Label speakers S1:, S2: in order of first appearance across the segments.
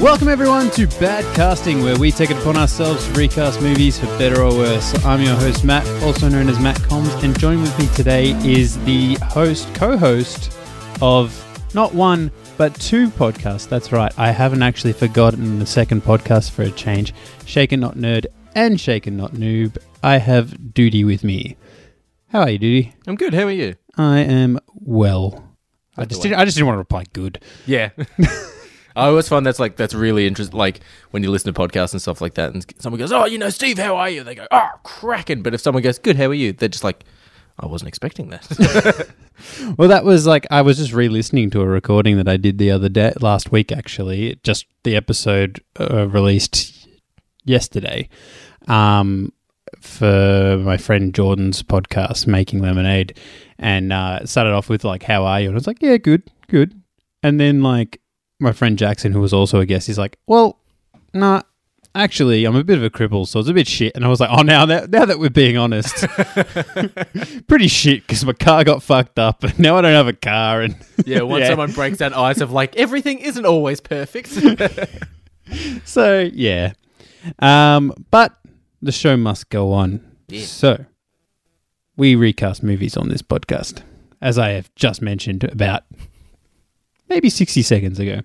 S1: Welcome everyone to Bad Casting, where we take it upon ourselves to recast movies for better or worse. I'm your host Matt, also known as Matt Combs, and joined with me today is the host, co-host of not one but two podcasts. That's right, I haven't actually forgotten the second podcast for a change. Shaken Not Nerd and Shaken Not Noob. I have Duty with me. How are you, Duty?
S2: I'm good. How are you?
S1: I am well. I
S2: That's
S1: just
S2: the way.
S1: didn't, I just didn't want to reply good.
S2: Yeah. I always find that's like that's really interesting. Like when you listen to podcasts and stuff like that, and someone goes, "Oh, you know, Steve, how are you?" They go, "Oh, cracking." But if someone goes, "Good, how are you?" They're just like, "I wasn't expecting that."
S1: Well, that was like I was just re-listening to a recording that I did the other day, last week actually. It Just the episode uh, released yesterday, um, for my friend Jordan's podcast, Making Lemonade, and uh, it started off with like, "How are you?" and I was like, "Yeah, good, good." And then like my friend Jackson, who was also a guest, he's like, "Well, nah." Actually, I'm a bit of a cripple, so it's a bit shit. And I was like, "Oh, now that now that we're being honest, pretty shit because my car got fucked up and now I don't have a car and
S2: yeah. Once
S1: Yeah.
S2: someone breaks down eyes of like everything isn't always perfect.
S1: so yeah. Um, but the show must go on.
S2: Yeah.
S1: So we recast movies on this podcast, as I have just mentioned about maybe sixty seconds ago.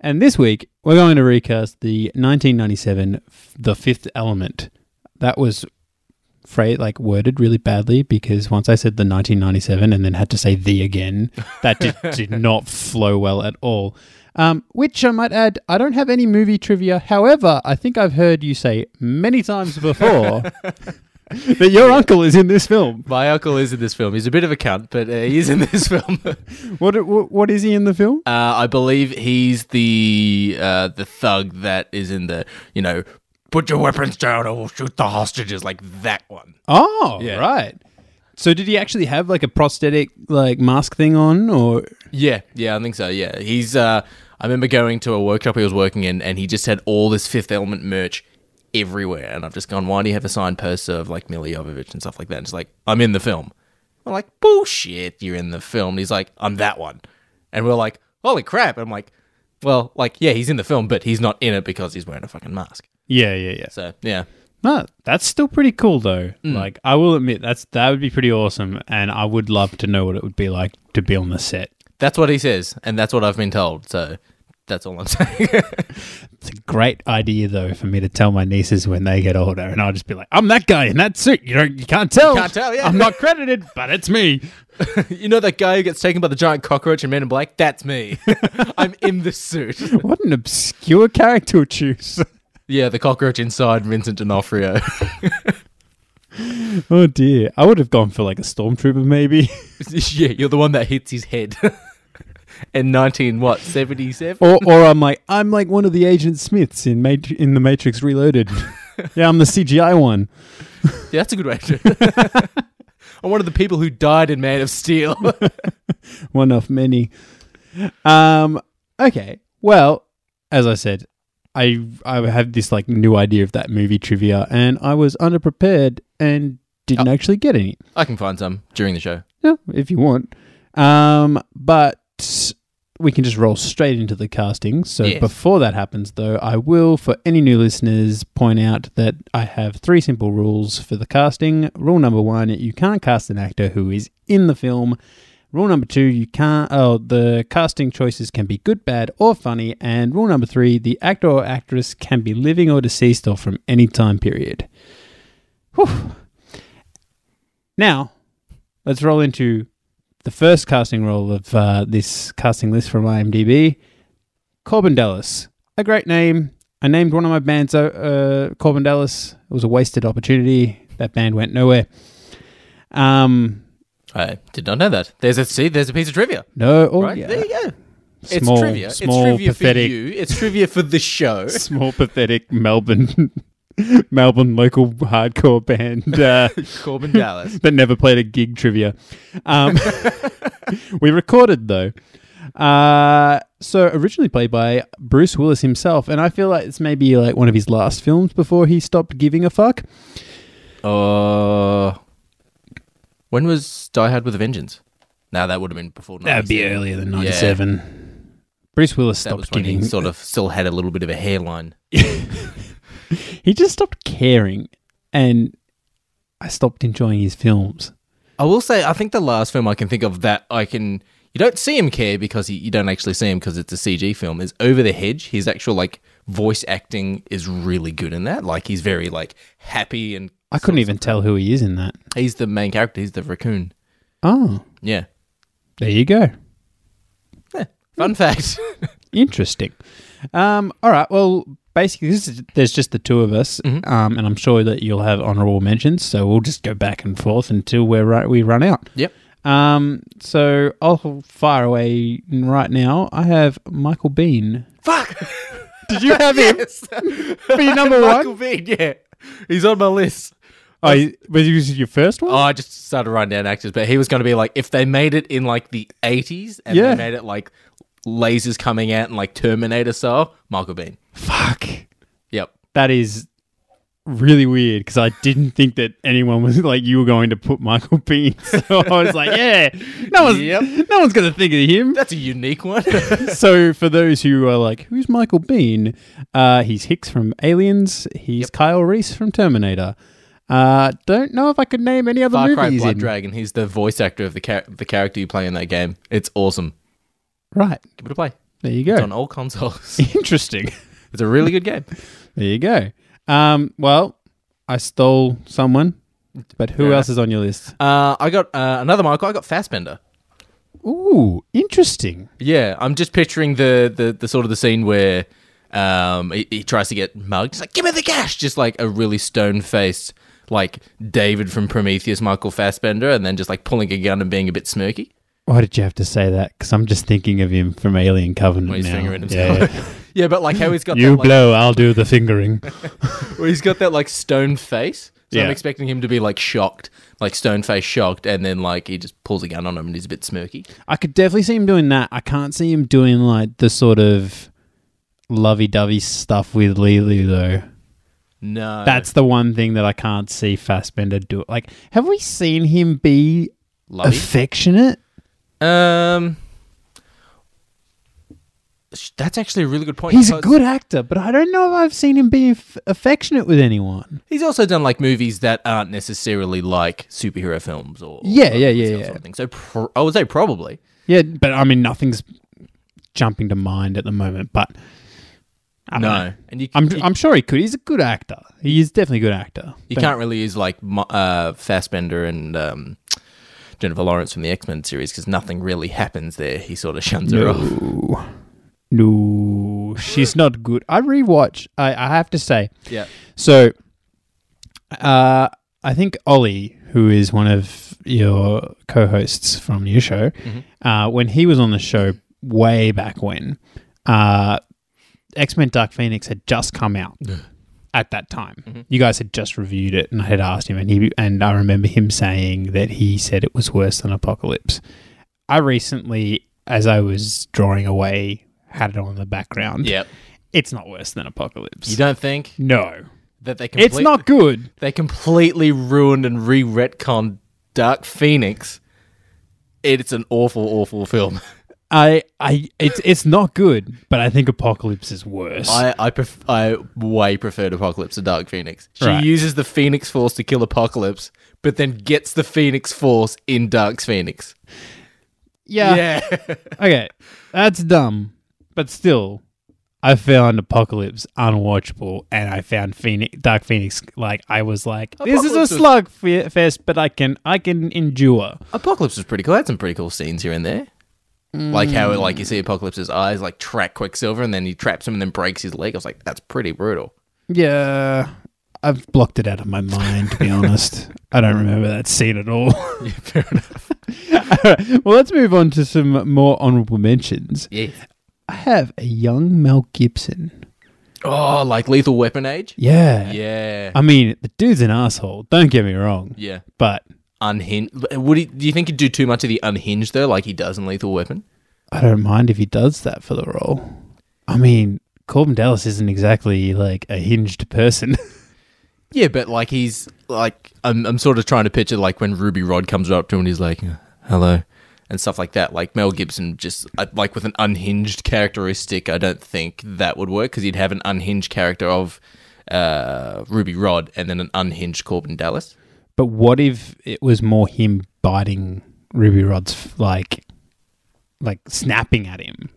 S1: And this week we're going to recast the 1997 F- The Fifth Element. That was phrase like worded really badly because once I said the 1997 and then had to say the again, that did, did not flow well at all. Um, which I might add, I don't have any movie trivia. However, I think I've heard you say many times before that your uncle is in this film.
S2: My uncle is in this film. He's a bit of a cunt, but uh, he is in this film. uh,
S1: What, what what is he in the film?
S2: I believe he's the uh, the thug that is in the you know, put your weapons down or we'll shoot the hostages like that one.
S1: Oh,
S2: Yeah.
S1: right. So did he actually have like a prosthetic like mask thing on, or
S2: Yeah, yeah, I think so. Yeah, he's. Uh, I remember going to a workshop he was working in, and he just had all this Fifth Element merch everywhere, and I've just gone, "Why do you have a signed poster of like Mila Jovovich and stuff like that?" And it's like, "I'm in the film." I'm like, "Bullshit, you're in the film." And he's like, "I'm that one," and we're like, "Holy crap!" I'm like, "Well, like, yeah, he's in the film, but he's not in it because he's wearing a fucking mask."
S1: yeah, yeah, yeah.
S2: So yeah,
S1: No, that's still pretty cool though. Like I will admit that's that would be pretty awesome and I would love to know what it would be like to be on the set.
S2: that's what he says, and that's what I've been told. So that's all I'm saying.
S1: It's a great idea though for me to tell my nieces when they get older and I'll just be like, I'm that guy in that suit. You don't you can't tell.
S2: can't tell, yeah.
S1: I'm not credited, but it's me.
S2: You know that guy who gets taken by the giant cockroach in Men in Black? That's me. I'm in the suit.
S1: What an obscure character to choose.
S2: Yeah, the cockroach inside Vincent D'Onofrio.
S1: oh dear. I would have gone for like a stormtrooper maybe.
S2: yeah, you're the one that hits his head. in 19 what 77?
S1: or or I'm like I'm like one of the Agent Smiths in Mat- in the Matrix Reloaded. yeah, I'm the CGI one.
S2: Yeah, that's a good way to. do it. I'm one of the people who died in Man of Steel.
S1: one of many. Um, okay. Well, as I said, I I had this like new idea of that movie trivia, and I was underprepared and didn't actually get any.
S2: I can find some during the show.
S1: Yeah, if you want. Um, but we can just roll straight into the casting. So
S2: Yes.
S1: before that happens, though, I will, for any new listeners, point out that I have three simple rules for the casting. Rule number one: you can't cast an actor who is in the film. Rule number two: you can't. Oh, the casting choices can be good, bad, or funny. And rule number three: the actor or actress can be living or deceased or from any time period. Whew. Now, let's roll into the first casting role of uh, this casting list from IMDb. Corbin Dallas, a great name. I named one of my bands uh, uh, Corbin Dallas. It was a wasted opportunity. That band went nowhere. Um,
S2: I did not know that. There's a see. There's a piece of trivia.
S1: no, oh,
S2: Right
S1: yeah.
S2: there you go.
S1: Small-
S2: it's trivia.
S1: small,
S2: it's trivia
S1: pathetic-
S2: for you. It's trivia for the show.
S1: Small, pathetic Melbourne, Melbourne local hardcore band. Uh,
S2: Corbin Dallas.
S1: that never played a gig trivia. Um, we recorded though. Uh, so originally played by Bruce Willis himself, and I feel like it's maybe like one of his last films before he stopped giving a fuck.
S2: Uh, when was Die Hard with a Vengeance? Now that would have been before. 97.
S1: than
S2: Yeah.
S1: Bruce Willis
S2: That was
S1: stopped
S2: when
S1: giving.
S2: he sort of still had a little bit of a hairline.
S1: He just stopped caring, and I stopped enjoying his films.
S2: I will say, I think the last film I can think of that I can you don't see him care because he, you don't actually see him because it's a CG film is Over the Hedge. His actual like voice acting is really good in that. Like he's very like happy and
S1: I couldn't even tell who he is in that.
S2: he's the main character. He's the raccoon.
S1: Oh,
S2: Yeah.
S1: there you go.
S2: Yeah. Fun fact.
S1: Interesting. Um, all right. Well, basically, this is, there's just the two of us,
S2: Mm-hmm.
S1: um, and I'm sure that you'll have honourable mentions. So we'll just go back and forth until we're right, we run out.
S2: yep.
S1: Um, so I'll fire away right now. I have Michael Bean.
S2: Fuck. uh,
S1: Did you have him
S2: Yes.
S1: for your number
S2: Michael
S1: one?
S2: Bean. Yeah. He's on my list.
S1: Oh, he- was he was he your first one?
S2: Oh, I just started writing down actors, but he was going to be like if they made it in like the eighties and
S1: Yeah.
S2: they made it like lasers coming out and like Terminator style, Michael Bean.
S1: Fuck.
S2: Yep.
S1: That is really weird because I didn't think that anyone was like you were going to put Michael Bean. So I was like, yeah, no one's
S2: Yep.
S1: no one's going to think of him.
S2: That's a unique one.
S1: so for those who are like, who's Michael Bean? Uh, he's Hicks from Aliens. He's Kyle Reese from Terminator. Uh, don't know if I could name any other
S2: Far
S1: movies.
S2: Cry Blood
S1: in-
S2: Dragon. He's the voice actor of the char- the character you play in that game. It's awesome.
S1: Right
S2: Give it a play.
S1: there you
S2: It's
S1: go.
S2: on all consoles.
S1: Interesting.
S2: it's a really good game.
S1: There you go. Um, well, I stole someone, but who
S2: Fair
S1: else is on your list?
S2: Uh, I got uh, another Michael. I got Fassbender.
S1: Ooh, interesting.
S2: Yeah, I'm just picturing the the, the sort of the scene where um, he, he tries to get mugged. He's like, "Give me the cash!" Just like a really stone faced, like David from Prometheus, Michael Fassbender, and then just like pulling a gun and being a bit smirky.
S1: Why did you have to say that? Because I'm just thinking of him from Alien Covenant
S2: When he's
S1: now.
S2: fingering himself.
S1: Yeah, yeah.
S2: Yeah, but like how he's got
S1: you
S2: that, like,
S1: blow, I'll do the fingering.
S2: well, he's got that like stone face. So
S1: Yeah.
S2: I'm expecting him to be like shocked, like stone face shocked, and then like he just pulls a gun on him and he's a bit smirky.
S1: I could definitely see him doing that. I can't see him doing like the sort of lovey-dovey stuff with Lily though.
S2: No,
S1: That's the one thing that I can't see Fassbender do. Like, have we seen him be
S2: lovey.
S1: affectionate?
S2: Um, sh- that's actually a really good point.
S1: He's a
S2: because-
S1: good actor, but I don't know if I've seen him be aff- affectionate with anyone.
S2: He's also done like movies that aren't necessarily like superhero films or
S1: Yeah, yeah, yeah, yeah.
S2: Sort of thing. So pr- I would say probably.
S1: Yeah, but I mean, nothing's jumping to mind at the moment. But I don't know.
S2: No, and you,
S1: I'm,
S2: you,
S1: I'm sure he could. He's a good actor. He is definitely a good actor.
S2: you
S1: But-
S2: can't really use like Mo- uh, Fassbender and um, Jennifer Lawrence from the X Men series because nothing really happens there. He sort of shuns her off.
S1: No. No, she's not good. I rewatch. I, I have to say.
S2: Yeah,
S1: So, uh, I think Ollie, who is one of your co-hosts from your show,
S2: Mm-hmm.
S1: uh, when he was on the show way back when, uh, X Men Dark Phoenix had just come out at that time.
S2: Mm-hmm.
S1: You guys had just reviewed it, and I had asked him, and he and I remember him saying that he said it was worse than Apocalypse. I recently, as I was drawing away, had it on in the background.
S2: yeah.
S1: it's not worse than Apocalypse.
S2: You don't think
S1: no.
S2: that they complete-
S1: It's not good.
S2: they completely ruined and re retconned Dark Phoenix. It's an awful, awful film.
S1: I, I, it's, it's not good. But I think Apocalypse is worse.
S2: I I, pref- I way preferred Apocalypse to Dark Phoenix. She
S1: Right.
S2: uses the Phoenix Force to kill Apocalypse, but then gets the Phoenix Force in Dark Phoenix.
S1: yeah.
S2: yeah.
S1: Okay, that's dumb. But still, I found Apocalypse unwatchable, and I found Phoenix, Dark Phoenix. Like I was like, this is
S2: Apocalypse
S1: a
S2: was-
S1: slug fe- fest, but I can, I can endure.
S2: Apocalypse was pretty cool. I had some pretty cool scenes here and there. Like how like you see Apocalypse's eyes like track Quicksilver and then he traps him and then breaks his leg. I was like, that's pretty brutal.
S1: Yeah, I've blocked it out of my mind. To be honest, I don't remember that scene at all.
S2: Yeah, fair enough.
S1: well, let's move on to some more honorable mentions.
S2: Yeah.
S1: I have a young Mel Gibson.
S2: Oh, like Lethal Weapon Age?
S1: Yeah.
S2: Yeah.
S1: I mean, the dude's an asshole. Don't get me wrong,
S2: yeah.
S1: but
S2: Unhinged. Would he, do you think he'd do too much of the unhinged though, like he does in Lethal Weapon?
S1: I don't mind if he does that for the role. I mean, Corbin Dallas isn't exactly like a hinged person.
S2: Yeah, but like he's like I'm I'm sort of trying to picture like when Ruby Rod comes up to him and he's like, "Uh, "Hello," and stuff like that. Like Mel Gibson, just I- like with an unhinged characteristic, I don't think that would work because he'd have an unhinged character of uh, Ruby Rod and then an unhinged Corbin Dallas.
S1: But what if it was more him biting Ruby Rod's f- like, like snapping at him?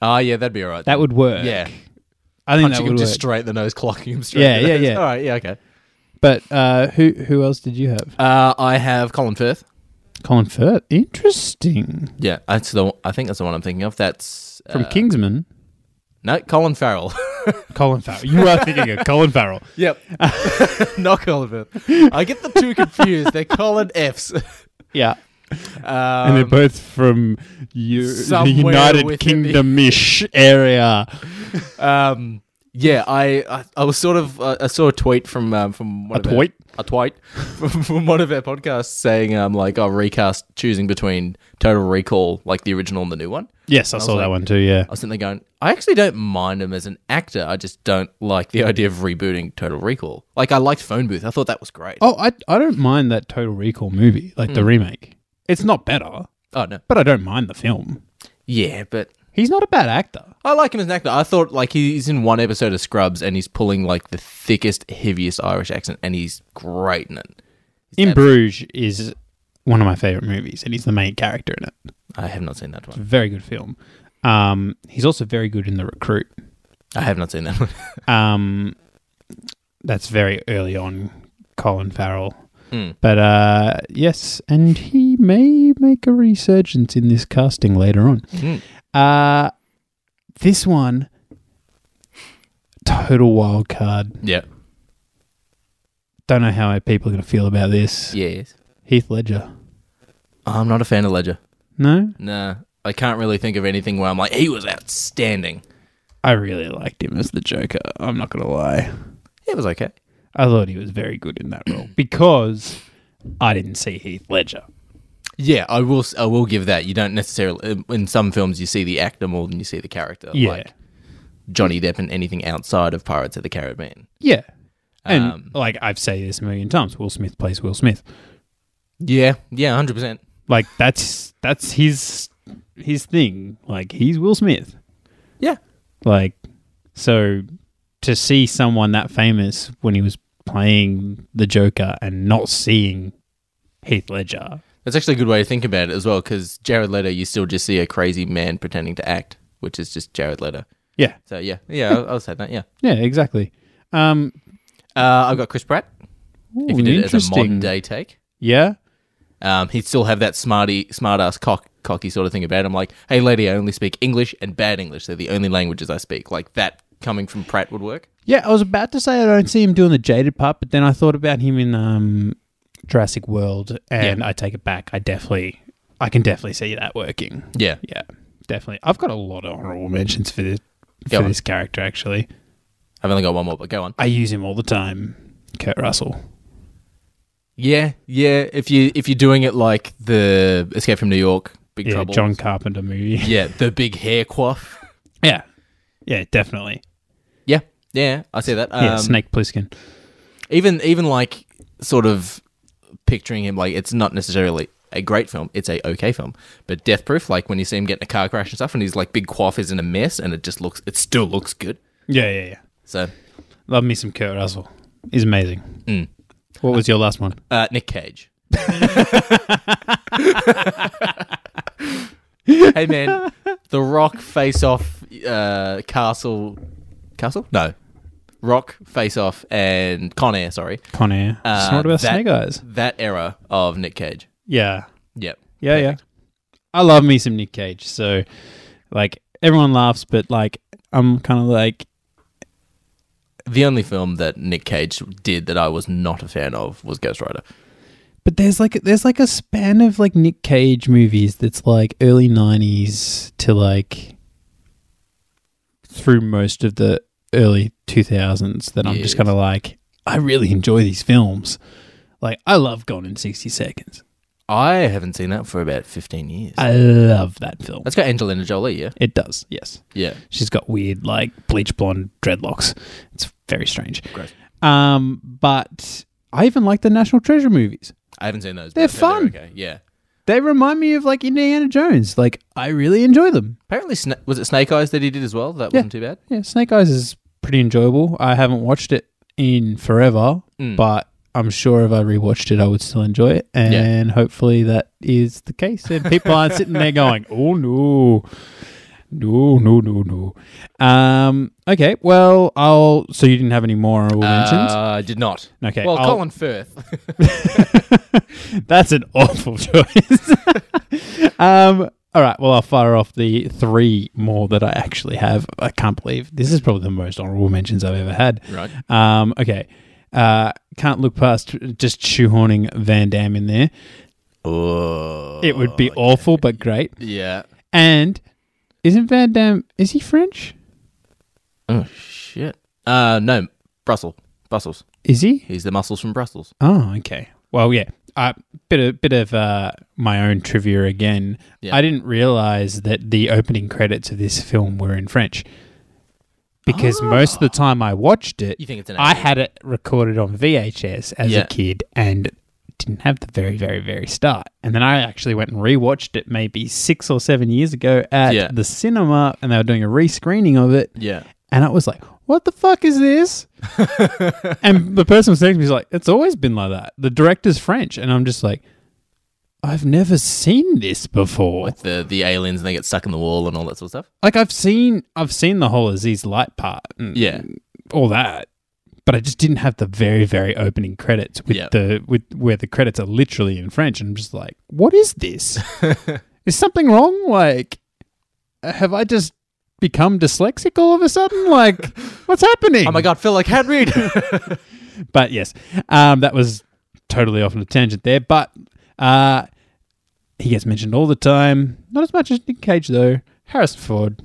S2: Ah, yeah, that'd be all right.
S1: That would work.
S2: Yeah.
S1: I think that
S2: punching him
S1: would work.
S2: just straight in the nose, clocking him straight.
S1: Yeah,
S2: in the
S1: yeah,
S2: nose.
S1: yeah.
S2: All right, yeah, okay.
S1: but uh, who who else did you have?
S2: Uh, I have Colin Firth.
S1: Colin Firth. Interesting.
S2: Yeah, that's the. I think that's the one I'm thinking of. That's uh,
S1: From Kingsman.
S2: no Colin Farrell.
S1: Colin Farrell. You are thinking of Colin Farrell.
S2: yep, not Colin Firth. I get the two confused. They're Colin F's. Um,
S1: Yeah. and they're both from U- the
S2: Somewhere
S1: United
S2: within the-
S1: Kingdom ish area.
S2: um, yeah, I, I I was sort of uh, I saw a tweet from um, from one
S1: A
S2: of our-
S1: tweet?
S2: a tweet from, from one of our podcasts saying um like oh recast choosing between Total Recall like the original and the new one.
S1: Yes, I, saw
S2: like-
S1: that one too. Yeah.
S2: I was sitting there going, I actually don't mind him as an actor. I just don't like the idea of rebooting Total Recall. Like, I liked Phone Booth. I thought that was great. Oh,
S1: Oh, I I don't mind that Total Recall movie, like
S2: Hmm.
S1: the remake. It's not better,
S2: Oh, no.
S1: but I don't mind the film.
S2: Yeah, but
S1: He's not a bad actor.
S2: I like him as an actor. I thought, like, he's in one episode of Scrubs and he's pulling, like, the thickest, heaviest Irish accent and he's great in it.
S1: In Bruges is one of my favorite movies, and he's the main character in it.
S2: I have not seen that one.
S1: Very good film. Um, he's also very good in The Recruit.
S2: I have not seen that one.
S1: Um, that's very early on, Colin Farrell.
S2: Hmm.
S1: But uh, yes, and he may make a resurgence in this casting later on.
S2: Hmm.
S1: Uh, this one, total wild card.
S2: Yeah.
S1: Don't know how people are going to feel about this.
S2: Yes.
S1: Heath Ledger.
S2: I'm not a fan of Ledger.
S1: No,
S2: Nah. I can't really think of anything where I'm like, he was outstanding.
S1: I really liked him as the Joker. I'm not going to lie.
S2: It was okay.
S1: I thought he was very good in that role because I didn't see Heath Ledger.
S2: Yeah, I will. s- I will give that. You don't necessarily in some films you see the actor more than you see the character.
S1: Yeah.
S2: like Johnny Depp and anything outside of Pirates of the Caribbean.
S1: Yeah. And
S2: Um,
S1: like I've said this a million times, Will Smith plays Will Smith.
S2: Yeah, yeah, hundred percent.
S1: Like that's that's his his thing. Like he's Will Smith.
S2: Yeah,
S1: Like so to see someone that famous when he was playing the Joker and not seeing Heath Ledger.
S2: that's actually a good way to think about it as well. Because Jared Leto, you still just see a crazy man pretending to act, which is just Jared Leto.
S1: Yeah.
S2: So yeah, yeah, I'll, I'll say that. Yeah,
S1: Yeah, exactly. Um
S2: uh, I've got Chris Pratt. if
S1: ooh,
S2: you did it as a modern
S1: interesting.
S2: day take,
S1: Yeah.
S2: um, he'd still have that smarty, smart ass cock, cocky sort of thing about him. Like, hey, lady, I only speak English and bad English. They're the only languages I speak. Like that coming from Pratt would work.
S1: Yeah, I was about to say I don't see him doing the jaded part, but then I thought about him in um, Jurassic World, and I take it back. I definitely, I can definitely see that working.
S2: Yeah.
S1: Yeah, definitely. I've got a lot of honorable mentions for this
S2: Go
S1: for
S2: on.
S1: this character. Actually,
S2: I've only got one more, but go on.
S1: I use him all the time. Kurt Russell.
S2: Yeah, yeah. If you if you're doing it like the Escape from New York, Big
S1: Yeah,
S2: Trouble.
S1: John Carpenter movie.
S2: Yeah, the big hair quaff.
S1: yeah, yeah, definitely.
S2: Yeah, yeah. I see that. Um,
S1: yeah, Snake Plissken.
S2: Even even like sort of picturing him like it's not necessarily a great film. It's a okay film, but Death Proof. Like when you see him get in a car crash and stuff, and he's like big quaff is in a mess, and it just looks it still looks good.
S1: Yeah, yeah, yeah.
S2: So
S1: Love me some Kurt Russell. He's amazing.
S2: Mm.
S1: What was your last one?
S2: uh, Nick Cage. hey man, The Rock Face Off, uh, Castle, Castle? No, Rock Face Off and Con Air. Sorry,
S1: Con Air.
S2: Uh,
S1: it's not about
S2: that-
S1: Snake Eyes.
S2: that era of Nick Cage.
S1: Yeah.
S2: Yep.
S1: Yeah, yeah. I love me some Nick Cage. So, like, everyone laughs, but, like, I'm kind of like,
S2: The only film that Nick Cage did that I was not a fan of was Ghost Rider.
S1: but there's like, there's like a span of like Nick Cage movies that's like early 90s to like through most of the early 2000s that I'm
S2: Yes.
S1: just kind of like, I really enjoy these films. Like, I love Gone in 60 Seconds.
S2: I haven't seen that for about fifteen years.
S1: I love that film.
S2: That's got Angelina Jolie. Yeah.
S1: It does, yes.
S2: Yeah.
S1: She's got weird, like bleach blonde dreadlocks. It's very strange.
S2: Gross.
S1: Um, but I even like the National Treasure movies.
S2: I haven't seen those.
S1: They're
S2: but I heard
S1: fun.
S2: okay. Yeah.
S1: They remind me of like Indiana Jones. Like I really enjoy them.
S2: Apparently, Sna- was it Snake Eyes that he did as well? That
S1: Yeah.
S2: wasn't too bad.
S1: Yeah, Snake Eyes is pretty enjoyable. I haven't watched it in forever,
S2: Mm.
S1: but I'm sure if I rewatched it, I would still enjoy it. And hopefully that is the case. And people aren't sitting there going, oh no, no, no, no, no. Um, okay, well, I'll. So you didn't have any more honorable mentions?
S2: Uh, did not.
S1: Okay,
S2: Well,
S1: I'll-
S2: Colin Firth.
S1: That's an awful choice. um, all right, well, I'll fire off the three more that I actually have. I can't believe this is probably the most honorable mentions I've ever had.
S2: right.
S1: Um, okay. Uh, can't look past just shoehorning Van Damme in there.
S2: Oh.
S1: It would be awful, but great.
S2: Yeah.
S1: And isn't Van Damme, is he French?
S2: Oh shit. Uh, no, Brussels. Brussels.
S1: Is he?
S2: He's the muscles from Brussels.
S1: Oh, okay. Well, yeah. Uh, bit of bit of uh, my own trivia again.
S2: Yeah.
S1: I didn't realize that the opening credits of this film were in French because
S2: Ah.
S1: most of the time I watched it,
S2: You think it's an?
S1: I had it recorded on VHS as
S2: Yeah.
S1: a kid and didn't have the very, very, very start. And then I actually went and rewatched it maybe six or seven years ago at
S2: Yeah.
S1: the cinema and they were doing a rescreening of it.
S2: Yeah.
S1: And I was like, what the fuck is this? and the person was next to me was like, it's always been like that. The director's French. And I'm just like, I've never seen this before.
S2: Like the the aliens and they get stuck in the wall and all that sort of stuff.
S1: Like I've seen I've seen the whole Aziz Light part and
S2: Yeah.
S1: all that. But I just didn't have the very, very opening credits with
S2: Yeah.
S1: the with where the credits are literally in French. And I'm just like, what is this? is something wrong? Like have I just become dyslexic all of a sudden? Like what's happening?
S2: Oh my god, Phil, I can't read.
S1: But yes, um, that was totally off on a tangent there. But uh, he gets mentioned all the time. Not as much as Nick Cage though. Harrison Ford.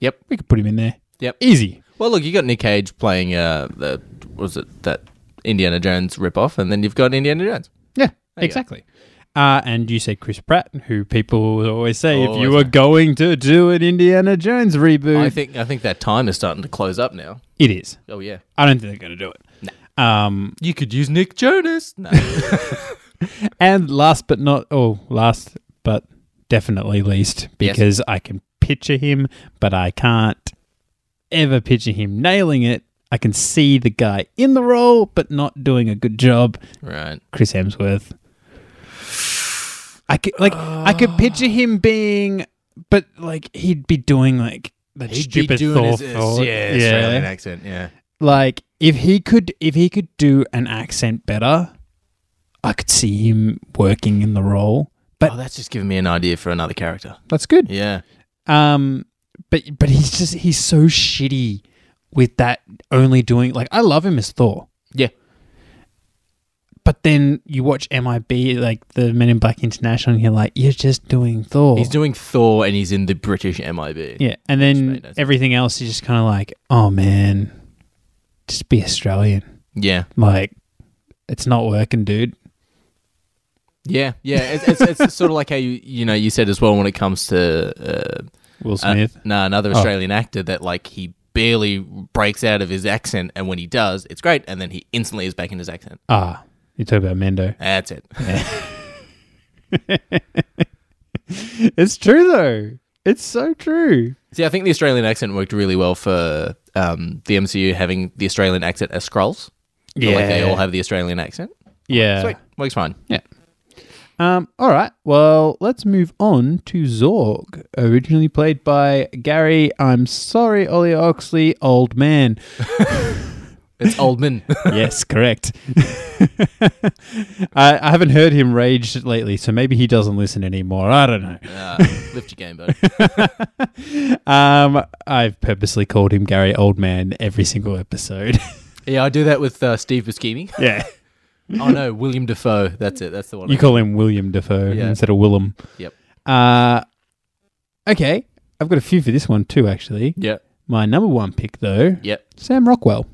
S2: Yep.
S1: we could put him in there.
S2: Yep.
S1: Easy.
S2: well, look, you got Nick Cage playing uh the what was it that Indiana Jones ripoff, and then you've got Indiana Jones.
S1: Yeah,
S2: you
S1: exactly. Uh, and you said Chris Pratt, who people would always say if
S2: Always
S1: you were going to do an Indiana Jones reboot,
S2: I think I think that time is starting to close up now.
S1: it is.
S2: Oh yeah.
S1: I don't think they're going to do it. Um,
S2: You could use Nick Jonas. No.
S1: and last but not oh, last but definitely least,
S2: Yes.
S1: because I can picture him, but I can't ever picture him nailing it. I can see the guy in the role, but not doing a good job.
S2: right.
S1: Chris Hemsworth. I could like I could picture him being, but like he'd be doing like that stupid Thor. Thor. yeah.
S2: accent. Yeah.
S1: Like if he could, if he could do an accent better, I could see him working in the role.
S2: Oh, that's just giving me an idea for another character.
S1: That's good.
S2: Yeah.
S1: Um, but but he's just he's so shitty with that only doing like I love him as Thor.
S2: Yeah.
S1: But then you watch MIB, like the Men in Black International, and you're like, you're just doing Thor.
S2: He's doing Thor and he's in the British MIB.
S1: yeah. And
S2: Which
S1: then
S2: made no sense.
S1: everything else is just kind of like, oh man, just be Australian.
S2: Yeah.
S1: Like, it's not working, dude.
S2: Yeah. Yeah. It's, it's, it's sort of like how you, you know, you said as well when it comes to, uh,
S1: Will
S2: uh,
S1: Smith.
S2: no, another Australian actor that like he barely breaks out of his accent and when he does, it's great. And then he instantly is back in his accent.
S1: ah, you talk about Mendo.
S2: That's it.
S1: It's true, though. It's so true.
S2: See, I think the Australian accent worked really well for, um, the MCU having the Australian accent as Skrulls. So, Like they all have the Australian accent.
S1: yeah.
S2: Sweet. Works fine.
S1: Yeah. Um, all right. Well, let's move on to Zorg, originally played by Gary. I'm sorry, Ollie Oxley, old man.
S2: It's Oldman.
S1: yes, correct. I, I haven't heard him rage lately, so maybe he doesn't listen anymore. I don't know.
S2: uh, lift your game, buddy.
S1: Um, I've purposely called him Gary Old Man every single episode.
S2: Yeah, I do that with uh, Steve Buscemi.
S1: yeah.
S2: Oh no, William Defoe. That's it. That's the one.
S1: You call him William Defoe
S2: Yeah.
S1: instead of Willem.
S2: Yep.
S1: Uh, okay. I've got a few for this one, too, actually.
S2: Yep.
S1: My number one pick, though,
S2: Yep.
S1: Sam Rockwell.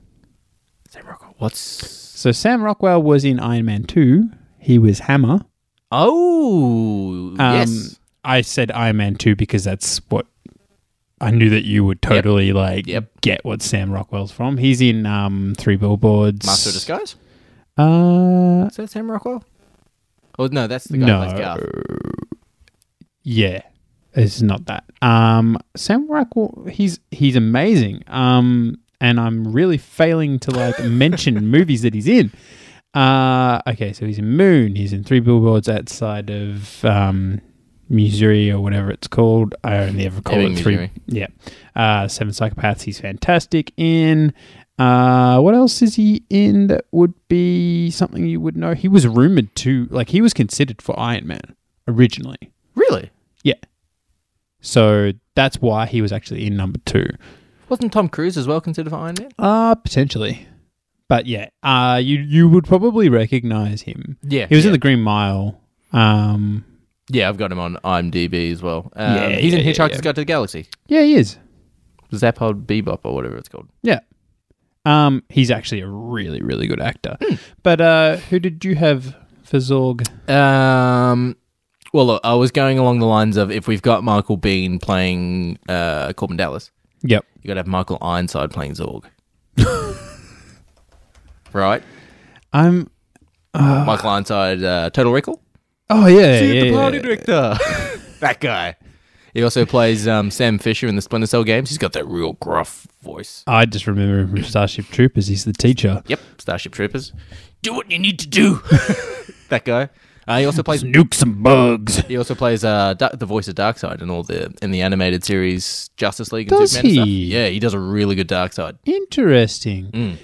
S2: Sam Rockwell. What's?
S1: So Sam Rockwell was in Iron Man 2. He was Hammer.
S2: Oh
S1: Um,
S2: yes.
S1: I said Iron Man 2 because that's what I knew that you would totally like
S2: Yep.
S1: get what Sam Rockwell's from. He's in um, Three Billboards.
S2: Master of Disguise.
S1: Uh,
S2: Is that Sam Rockwell? Oh no, that's the guy who plays
S1: no. uh,
S2: Garth.
S1: Yeah, it's not that. Um, Sam Rockwell, he's he's amazing. Um, and I'm really failing to like mention movies that he's in. Uh, okay, so he's in Moon. He's in Three Billboards Outside of um, Missouri or whatever it's called. I only ever call
S2: Ebbing,
S1: it Three.
S2: Missouri.
S1: Yeah, uh, Seven Psychopaths. He's fantastic in. Uh, what else is he in that would be something you would know? He was rumored to like he was considered for Iron Man originally.
S2: Really?
S1: So that's why he was actually in number two.
S2: Wasn't Tom Cruise as well considered for Iron Man?
S1: Uh potentially. But yeah, uh you you would probably recognize him.
S2: Yeah,
S1: He was in
S2: yeah.
S1: the Green Mile. Um
S2: Yeah, I've got him on IMDb as well. Um,
S1: Yeah,
S2: he's in
S1: yeah, yeah,
S2: Hitchhiker's
S1: yeah.
S2: Guide to the Galaxy,
S1: yeah, he is.
S2: Zaphold Bebop or whatever it's called.
S1: Yeah. Um he's actually a really, really good actor. But uh who did you have for Zorg?
S2: Um, well, look, I was going along the lines of if we've got Michael Bean playing uh, Corbin Dallas,
S1: Yep.
S2: you got to have Michael Ironside playing Zorg, right?
S1: I'm
S2: Michael Ironside, uh, Total Recall.
S1: oh yeah. yeah, yeah, yeah.
S2: director. that guy. He also plays um, Sam Fisher in the Splinter Cell games. He's got that real gruff voice.
S1: I just remember him from Starship Troopers, he's the teacher.
S2: Yep, Starship Troopers. Do what you need to do. that guy. Uh, he also plays.
S1: Nuke some bugs.
S2: He also plays uh, Dark, the voice of Darkseid in all the in the animated series Justice League. And
S1: Does
S2: Superman And
S1: he?
S2: stuff. Yeah, he does a really good Darkseid.
S1: Interesting.
S2: Mm.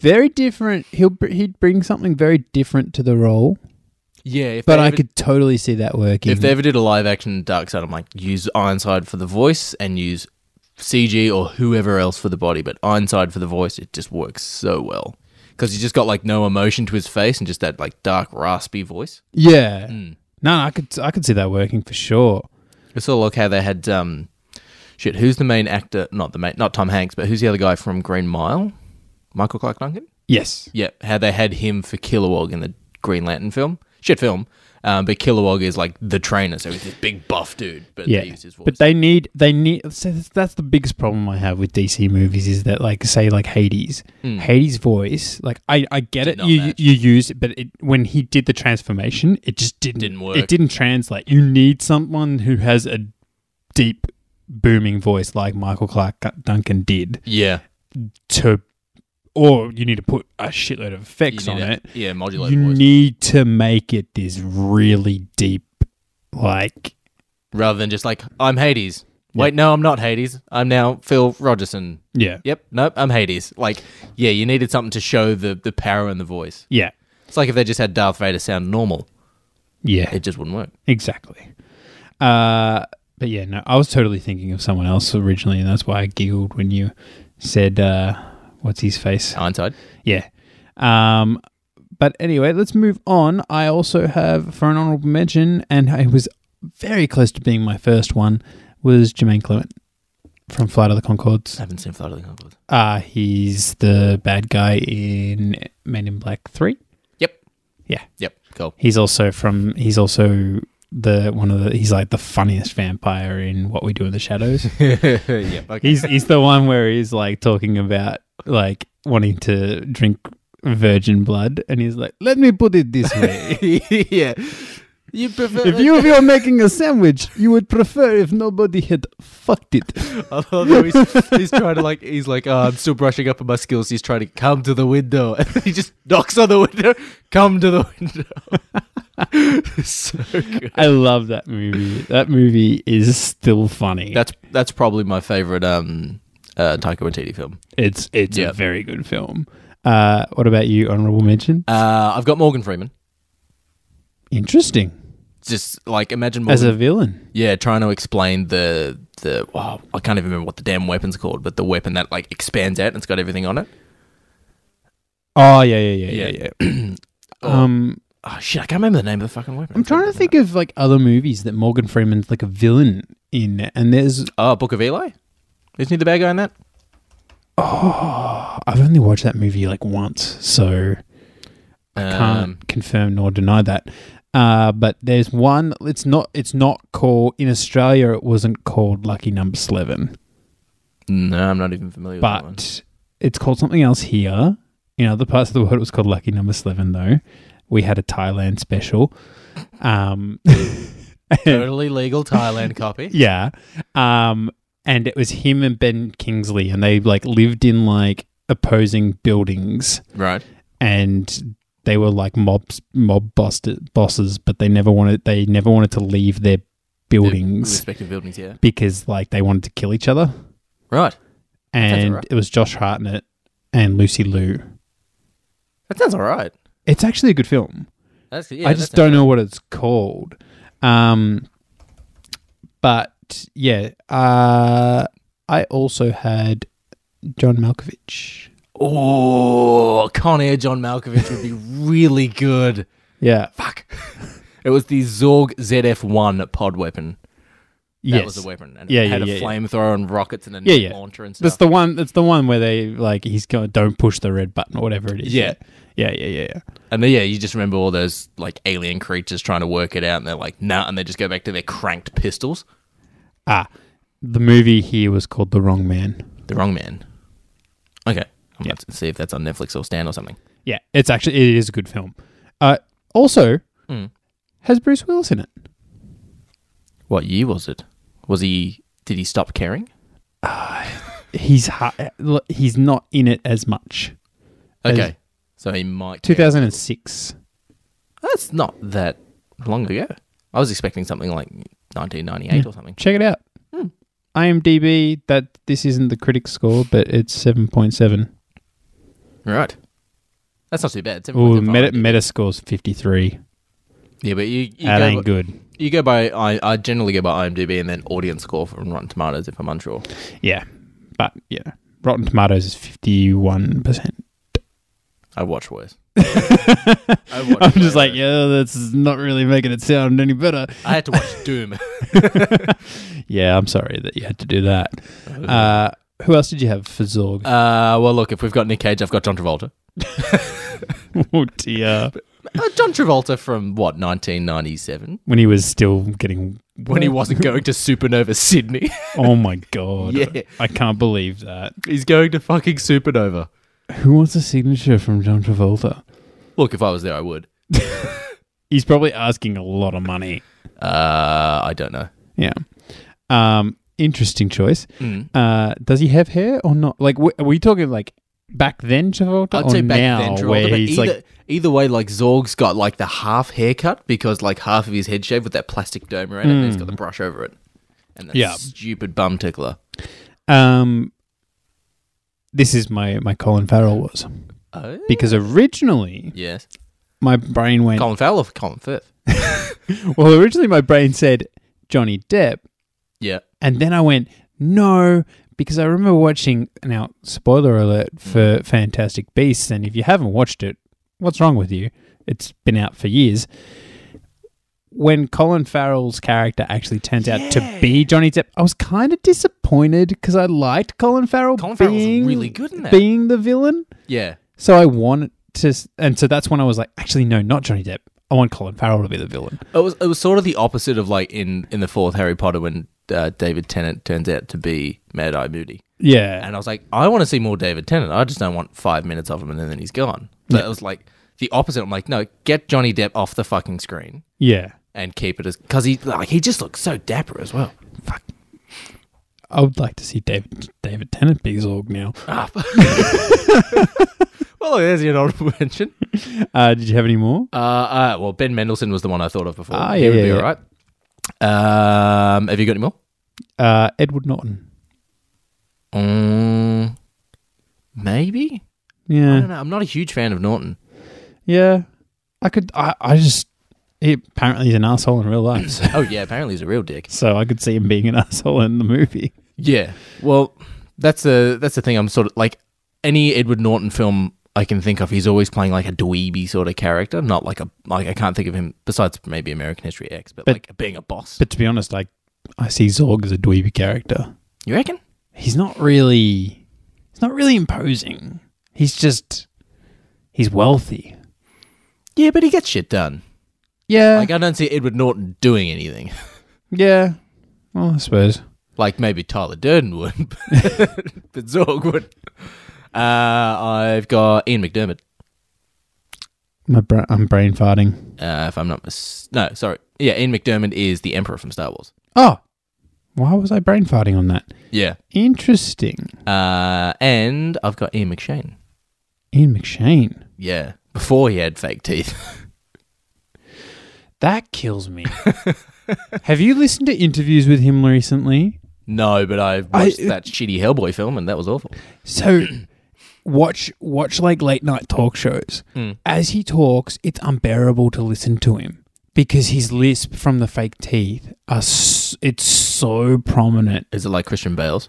S1: Very different. He'll br- he'd bring something very different to the role.
S2: Yeah, if
S1: But
S2: they
S1: I
S2: ever-
S1: could totally see that working.
S2: If they ever did a live action Darkseid, I'm like, use Ironside for the voice and use CG or whoever else for the body, but Ironside for the voice, it just works so well because he's just got like no emotion to his face and just that like dark raspy voice.
S1: yeah.
S2: Hmm.
S1: No, no, I could I could see that working for sure.
S2: It's sort of like how they had um, shit. Who's the main actor? Not the main, not Tom Hanks, but who's the other guy from Green Mile? Michael Clark Duncan.
S1: Yes.
S2: Yeah, how they had him for Kilowog in the Green Lantern film. Shit film. Um, but Kilowog is like the trainer, so he's this big buff dude, but
S1: Yeah.
S2: they used his voice.
S1: But they need they need so that's- that's the biggest problem I have with DC movies is that like say like Hades.
S2: Hmm.
S1: Hades voice, like I, I get
S2: Did
S1: it
S2: not
S1: you
S2: match.
S1: you use it, but it when he did the transformation, it just didn't
S2: Didn't work.
S1: It didn't translate. You need someone who has a deep booming voice like Michael Clark Duncan did
S2: yeah.
S1: to or you need to put a shitload of effects
S2: You
S1: on
S2: need
S1: it.
S2: to- Yeah, modulate
S1: you
S2: the voice.
S1: need to make it this really deep like
S2: Rather than just like, I'm Hades. Wait, no, I'm not Hades. I'm now Phil Rogerson.
S1: yeah
S2: Yep, nope, I'm Hades. Like, yeah, you needed something to show the, the power in the voice.
S1: yeah
S2: It's like if they just had Darth Vader sound normal,
S1: yeah
S2: it just wouldn't work.
S1: exactly uh but yeah no i was totally thinking of someone else originally and that's why i giggled when you said uh what's his face
S2: Hindsight.
S1: yeah um but anyway let's move on i also have for an honorable mention and it was very close to being my first one was jermaine clement from flight of the concords
S2: I haven't seen Flight of the Conchords.
S1: Uh, he's the bad guy in Men in Black Three.
S2: Yep.
S1: Yeah.
S2: Yep, cool.
S1: He's also from. He's also the one of the. He's like the funniest vampire in What We Do in the Shadows.
S2: yep, okay.
S1: he's he's the one where he's like talking about like wanting to drink virgin blood, and he's like, "Let me put it this way."
S2: yeah. You prefer.
S1: If you were making a sandwich, you would prefer if nobody had fucked it.
S2: I love how he's, he's trying to like he's like oh, I'm still brushing up on my skills. He's trying to come to the window, and he just knocks on the window. Come to the window. so good.
S1: I love that movie. That movie is still funny.
S2: That's that's probably my favorite um uh, Taika Waititi film.
S1: It's it's
S2: Yeah.
S1: a very good film. Uh, what about you, honorable mention?
S2: Uh, I've got Morgan Freeman.
S1: Interesting
S2: Just like imagine
S1: as
S2: Morgan,
S1: a villain.
S2: yeah, trying to explain the the wow, I can't even remember what the damn weapon's called, but the weapon that like expands out and it's got everything on it.
S1: Oh yeah yeah yeah yeah yeah. um,
S2: Oh shit, I can't remember the name of the fucking weapon.
S1: I'm trying to think of like other movies that Morgan Freeman's like a villain in, and there's
S2: Oh, Book of Eli. Isn't he the bad guy in that?
S1: oh, I've only watched that movie like once, so can't
S2: Um,
S1: confirm nor deny that. Uh, but there's one. It's not. It's not called in Australia. It wasn't called Lucky Number Eleven,
S2: No, I'm not even familiar with that one.
S1: but it's called something else here. In other parts of the world, it was called Lucky Number Eleven, though. we had a Thailand special. Um,
S2: totally legal Thailand copy.
S1: yeah. Um, and it was him and Ben Kingsley, and they like lived in like opposing buildings,
S2: Right.
S1: and they were like mobs, mob boss- bosses, but they never wanted they never wanted to leave their
S2: The
S1: buildings
S2: Respective buildings, yeah.
S1: because like they wanted to kill each other.
S2: Right.
S1: And
S2: alright.
S1: it was Josh Hartnett and Lucy Liu.
S2: That sounds all right.
S1: It's actually a good film.
S2: That's, yeah,
S1: I
S2: that
S1: just
S2: sounds-
S1: don't know what it's called. Um, but yeah, uh, I also had John Malkovich.
S2: Oh, Con Air John Malkovich would be really good.
S1: Yeah.
S2: Fuck. It was the Zorg ZF1 pod weapon. That
S1: yes.
S2: was the weapon. And
S1: Yeah,
S2: it had
S1: yeah,
S2: a
S1: yeah, yeah.
S2: flamethrower and rockets and a
S1: Yeah, yeah.
S2: launcher and
S1: That's
S2: stuff.
S1: the one. That's the one where they like he's going. Don't push the red button or whatever it is.
S2: Yeah.
S1: Yeah. Yeah. Yeah. yeah.
S2: and then, yeah, you just remember all those like alien creatures trying to work it out and they're like, nah, and they just go back to their cranked pistols.
S1: Ah, the movie here was called The Wrong Man.
S2: The wrong man. Okay. I'm going to see if that's on Netflix or Stan or something.
S1: Yeah, it's actually it is a good film. Uh, also
S2: Mm.
S1: has Bruce Willis in it.
S2: What year was it? Was he. Did he stop caring?
S1: He's ha- look, he's not in it as much. As-
S2: Okay. So he might. care.
S1: 2006.
S2: That's not that long ago. I was expecting something like 1998 or something.
S1: Check it out.
S2: Hmm.
S1: IMDb. That this isn't the critic score, but it's 7.7.
S2: Right. That's not too bad.
S1: Oh,
S2: 7.75.
S1: meta, meta score's 53.
S2: yeah, but you you
S1: that
S2: go,
S1: ain't
S2: by,
S1: good.
S2: you go by I, I generally go by IMDb and then audience score from Rotten Tomatoes if I'm unsure.
S1: Yeah, but yeah, Rotten Tomatoes is 51 percent.
S2: I watch worse. I watch
S1: I'm just like,
S2: way worse.
S1: yeah, that's not really making it sound any better.
S2: I had to watch Doom.
S1: Yeah, I'm sorry that you had to do that. Uh, who else did you have for Zorg?
S2: Uh, well, look, if we've got Nick Cage, I've got John Travolta.
S1: oh dear.
S2: Uh, John Travolta from what 1997
S1: When he was still getting.
S2: when he wasn't going to Supernova Sydney.
S1: Oh my god.
S2: Yeah.
S1: I can't believe that.
S2: He's going to fucking Supernova.
S1: Who wants a signature from John Travolta?
S2: Look, if I was there, I would.
S1: He's probably asking a lot of money.
S2: Uh, I don't know.
S1: Yeah. Um, interesting choice.
S2: Mm.
S1: Uh, does he have hair or not? Like, w- are we talking like back then Travolta
S2: I'd
S1: or
S2: say back
S1: now,
S2: then, Travolta,
S1: where
S2: but
S1: he's
S2: either,
S1: like,
S2: either way, like Zorg's got like the half haircut because like half of his head shaved with that plastic dome around it, and he's got the brush over it, and that
S1: Hmm. Yeah.
S2: stupid bum tickler.
S1: um, this is my my Colin Farrell was
S2: Oh,
S1: because originally
S2: yes,
S1: my brain went.
S2: Colin Farrell, or Colin Firth.
S1: Well, originally my brain said Johnny Depp,
S2: Yeah,
S1: and then I went no because I remember watching. Now, spoiler alert for Fantastic Beasts, and if you haven't watched it, what's wrong with you? It's been out for years. When Colin Farrell's character actually turns out to be Johnny Depp, I was kind of disappointed because I liked Colin Farrell
S2: Colin Farrell's
S1: being
S2: really good in that.
S1: being the villain.
S2: yeah,
S1: So I wanted to, s- and so that's when I was like, actually, no, not Johnny Depp. I want Colin Farrell to be the villain.
S2: it was it was sort of the opposite of like in in the fourth Harry Potter when uh, David Tennant turns out to be Mad Eye Moody.
S1: Yeah,
S2: And I was like, I want to see more David Tennant. I just don't want five minutes of him and then he's gone. So it was like the opposite. I'm like, no, get Johnny Depp off the fucking screen
S1: yeah.
S2: and keep it as because he like he just looks so dapper as well.
S1: Fuck. I would like to see David David Tennant be Zorg now.
S2: Ah, fuck. well, there's your honorable mention.
S1: Uh, did you have any more?
S2: Uh, uh, well, Ben Mendelsohn was the one I thought of before.
S1: Ah,
S2: he
S1: yeah,
S2: would
S1: yeah,
S2: be
S1: yeah.
S2: all right. Um, have you got any more?
S1: Uh, Edward Norton.
S2: Um, maybe. I don't
S1: Yeah,
S2: know. I'm not a huge fan of Norton.
S1: yeah. I could. I, I just. He apparently he's an asshole in real life, so,
S2: Oh yeah, apparently he's a real dick.
S1: so I could see him being an asshole in the movie.
S2: Yeah. Well, that's the that's the thing. I'm sort of like any Edward Norton film I can think of. He's always playing like a dweeby sort of character, not like a like I can't think of him besides maybe American History X, but,
S1: But-
S2: like being a boss.
S1: But to be honest, like I see Zorg as a dweeby character.
S2: you reckon?
S1: He's not really. He's not really imposing. He's just. He's wealthy.
S2: Yeah, but he gets shit done.
S1: Yeah.
S2: Like I don't see Edward Norton doing anything.
S1: yeah. Well, I suppose.
S2: Like maybe Tyler Durden would, but Zorg would. Uh, I've got Ian McDermott.
S1: My bra- I'm brain farting.
S2: Uh, if I'm not mis- no, sorry, yeah, Ian McDermott is the Emperor from Star Wars.
S1: Oh, why was I brain farting on that?
S2: Yeah,
S1: Interesting.
S2: uh, and I've got Ian McShane.
S1: Ian McShane.
S2: Yeah, before he had fake teeth.
S1: That kills me. Have you listened to interviews with him recently?
S2: no, but I watched that shitty Hellboy film and that was awful.
S1: So watch watch like late night talk shows.
S2: Hmm.
S1: As he talks, it's unbearable to listen to him because his lisp from the fake teeth are s it's so prominent.
S2: Is it like Christian Bale's?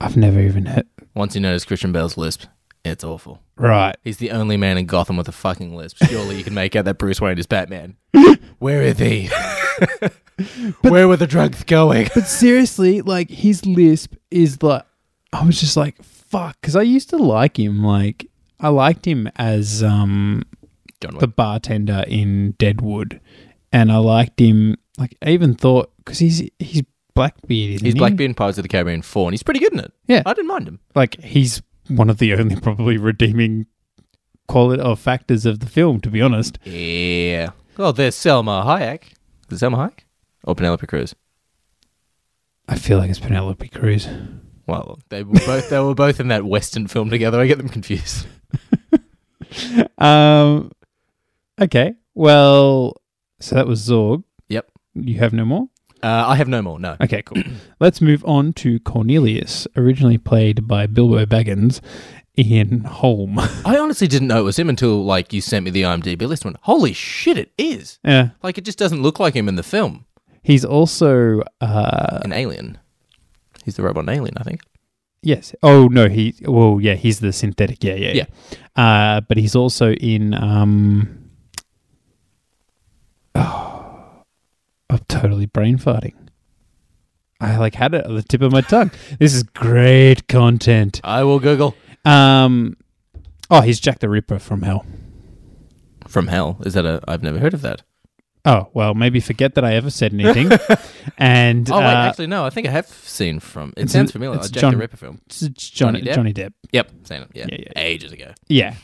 S1: I've never even heard.
S2: Once you notice Christian Bale's lisp, it's awful.
S1: Right.
S2: He's the only man in Gotham with a fucking lisp. Surely you can make out that Bruce Wayne is Batman. Where is he? Where were the drugs going?
S1: But seriously, like his lisp is like I was just like fuck cuz I used to like him like I liked him as um
S2: John Wick.
S1: the bartender in Deadwood, and I liked him. Like I even thought because he's he's Blackbeard. Isn't
S2: He's
S1: he?
S2: Blackbeard in Pirates of the Caribbean 4, and he's pretty good in it.
S1: Yeah.
S2: I didn't mind him.
S1: Like he's one of the only probably redeeming quality or factors of the film. To be honest,
S2: Yeah. Oh, there's Selma Hayek. Is it Selma Hayek? Or Penelope Cruz?
S1: I feel like it's Penelope Cruz.
S2: Well, they were both they were both in that Western film together. I get them confused.
S1: Um, okay. Well, so that was Zorg.
S2: Yep.
S1: You have no more.
S2: Uh, I have no more. No.
S1: Okay, cool. Let's move on to Cornelius, originally played by Bilbo Baggins in Home.
S2: I honestly didn't know it was him until like you sent me the IMDb list. One. Holy shit, it is.
S1: yeah.
S2: Like it just doesn't look like him in the film.
S1: Uh, He's also uh
S2: An alien. He's the robot in alien, I think.
S1: yes. Oh no, he well yeah, he's the synthetic. Yeah, yeah. yeah. Uh but he's also in um Oh I'm totally brain farting. I like had it at the tip of my tongue. this is great content.
S2: I will Google.
S1: Um Oh, he's Jack the Ripper from Hell.
S2: From Hell. Is that a? I've never heard of that.
S1: Oh, well, maybe forget that I ever said anything. and
S2: Oh wait,
S1: uh,
S2: actually no. I think I have seen from. It
S1: it's
S2: sounds
S1: an-
S2: familiar.
S1: it's
S2: It's Jack
S1: John-
S2: the Ripper film.
S1: it's Johnny,
S2: Johnny Depp?
S1: Johnny Depp.
S2: Yep, seen it. Yeah,
S1: Yeah, yeah,
S2: ages ago.
S1: Yeah.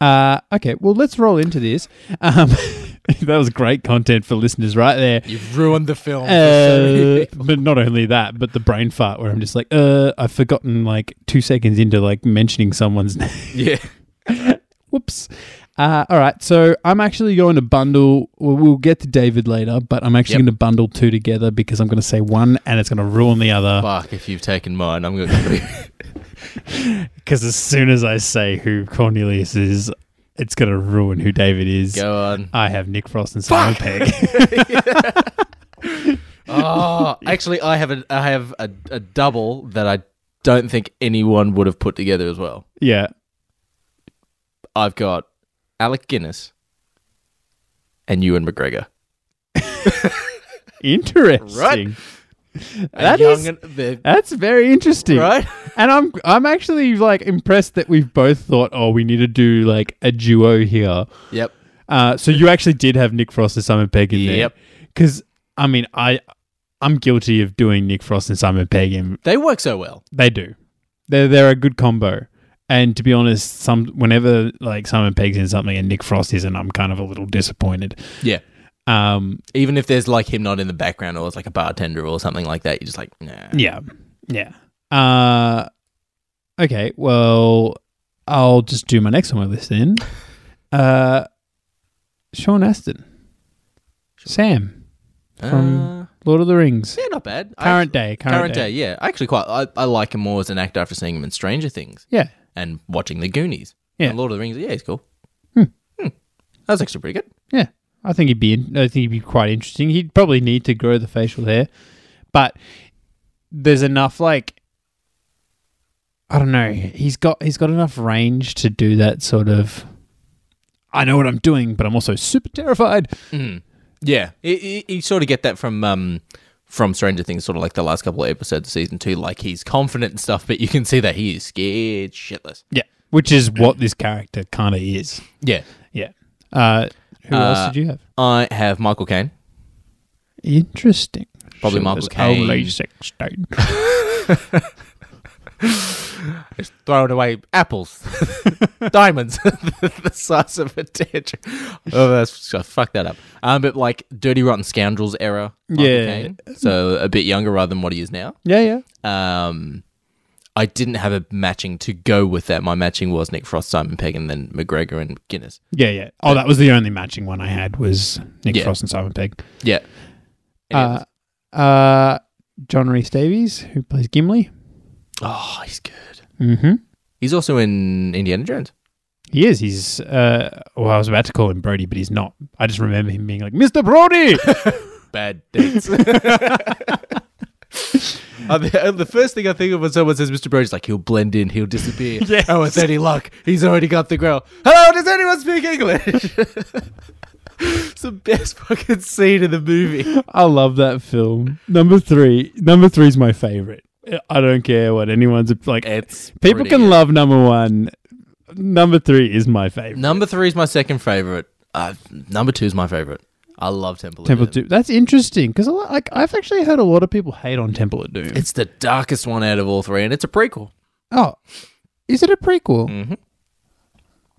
S1: Uh, okay, well, let's roll into this. Um, that was great content for listeners right there.
S2: You've ruined the film.
S1: Uh, but not only that, but the brain fart where I'm just like, uh, I've forgotten like two seconds into like mentioning someone's name.
S2: yeah.
S1: Whoops. Uh, all right, so I'm actually going to bundle. Well, we'll get to David later, but I'm actually
S2: Yep.
S1: going to bundle two together because I'm going to say one and it's going to ruin the other.
S2: Fuck! If you've taken mine, I'm gonna.
S1: Because as soon as I say who Cornelius is, it's going to ruin who David is.
S2: Go on.
S1: I have Nick Frost and Simon Pegg.
S2: Oh, actually, I have a I have a, a double that I don't think anyone would have put together as well.
S1: yeah.
S2: I've got Alec Guinness and Ewan McGregor.
S1: Interesting.
S2: A
S1: That
S2: young
S1: is-
S2: and- they're-
S1: That's very interesting.
S2: right.
S1: And I'm I'm actually like impressed that we've both thought, oh, we need to do like a duo here.
S2: Yep.
S1: Uh, so you actually did have Nick Frost and Simon Pegg in there.
S2: Yep.
S1: Because I mean, I I'm guilty of doing Nick Frost and Simon Pegg, and
S2: They work so well.
S1: they do. They're they're a good combo. And to be honest, some whenever like Simon Pegg's in something and Nick Frost isn't, I'm kind of a little disappointed.
S2: Yeah.
S1: Um,
S2: Even if there's like him not in the background or it's like a bartender or something like that, you're just like, nah.
S1: Yeah. Yeah. Uh okay, well I'll just do my next on my list then. Uh Sean Aston. Sam, From-
S2: Uh,
S1: Lord of the Rings.
S2: yeah, not bad. I
S1: Current day,
S2: actually-
S1: current, day.
S2: yeah. I actually quite I, I like him more as an actor after seeing him in Stranger Things
S1: Yeah.
S2: and watching The Goonies.
S1: Yeah.
S2: And Lord of the Rings, yeah, he's cool.
S1: Hmm.
S2: That was actually pretty good.
S1: Yeah. I think he'd be in, I think he'd be quite interesting. He'd probably need to grow the facial hair. But there's enough like I don't know. He's got he's got enough range to do that sort of I know what I'm doing, but I'm also super terrified.
S2: Hmm. Yeah, you, you, you sort of get that from um, from Stranger Things, sort of like the last couple of episodes of season two. Like he's confident and stuff, but you can see that he is scared shitless.
S1: Yeah, which is what this character kind of is.
S2: Yeah,
S1: Yeah. Uh, who else did you have?
S2: I have Michael Caine.
S1: Interesting.
S2: Probably Michael
S1: Shoulders only
S2: Caine.
S1: six stone.
S2: Just throwing away apples, diamonds, the size of a tantrum. Oh, that's I fucked that up. Um, but like Dirty Rotten Scoundrels era. Michael
S1: Yeah.
S2: Caine. So a bit younger rather than what he is now.
S1: Yeah, yeah.
S2: Um, I didn't have a matching to go with that. My matching was Nick Frost, Simon Pegg, and then McGregor and Guinness.
S1: Yeah, yeah. Oh, that was the only matching one I had was Nick
S2: Yeah.
S1: Frost and Simon Pegg.
S2: Yeah. Any
S1: Uh,
S2: others?
S1: uh, John Rhys Davies, who plays Gimli.
S2: oh, he's good.
S1: Mm-hmm.
S2: He's also in Indiana Jones.
S1: He is. He's. Uh, well, I was about to call him Brody, but he's not. I just remember him being like, "Mr. Brody."
S2: Bad dates. Uh, the, uh, the first thing I think of when someone says Mr. Brody's like he'll blend in, he'll disappear. Oh, with any luck, he's already got the growl. Hello, does anyone speak English? it's the best fucking scene in the movie.
S1: I love that film. Number three. Number three is my favorite. I don't care what anyone's like.
S2: It's
S1: People
S2: pretty
S1: can
S2: good.
S1: love number one. Number three is my favorite.
S2: Number three is my second favorite. Uh, number two is my favorite. I love Temple.
S1: Temple
S2: of Doom.
S1: Doom. That's interesting because like I've actually heard a lot of people hate on Temple of Doom.
S2: It's the darkest one out of all three, and it's a prequel.
S1: oh, is it a prequel?
S2: Mhm.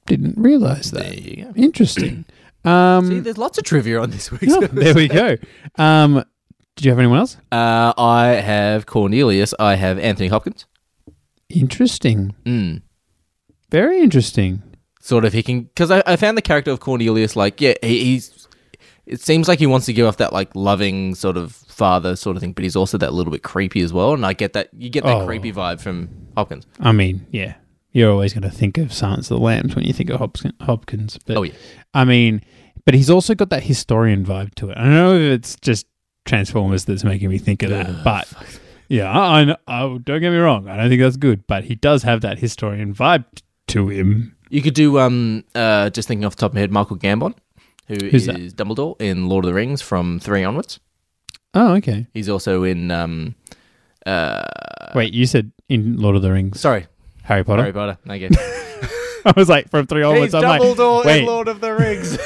S1: Didn't realize
S2: There
S1: that.
S2: you go.
S1: Interesting.
S2: See,
S1: Um,
S2: there's lots of trivia on this week's.
S1: oh, there we go. Um, did you have anyone else?
S2: Uh, I have Cornelius. I have Anthony Hopkins.
S1: Interesting.
S2: Mm.
S1: Very interesting.
S2: Sort of, he can because I, I found the character of Cornelius like yeah he, he's. It seems like he wants to give off that like loving sort of father sort of thing, but he's also that little bit creepy as well. And I get that you get that
S1: Oh.
S2: creepy vibe from Hopkins.
S1: I mean, yeah, you're always going to think of Silence of the Lambs when you think of Hopkins. Hopkins but
S2: Oh yeah,
S1: I mean, but he's also got that historian vibe to it. I don't know if it's just Transformers that's making me think of that, but yeah, I, I, kn- I- don't get me wrong. I don't think that's good, but he does have that historian vibe to him.
S2: You could do um uh just thinking off the top of my head, Michael Gambon, who
S1: Who's
S2: is
S1: that?
S2: Dumbledore in Lord of the Rings from three onwards.
S1: Oh, okay.
S2: He's also in um uh
S1: Wait, you said in Lord of the Rings,
S2: sorry,
S1: Harry Potter. Oh,
S2: Harry Potter. I get
S1: I was like, from three onwards. I'm like, wait,
S2: of the Rings.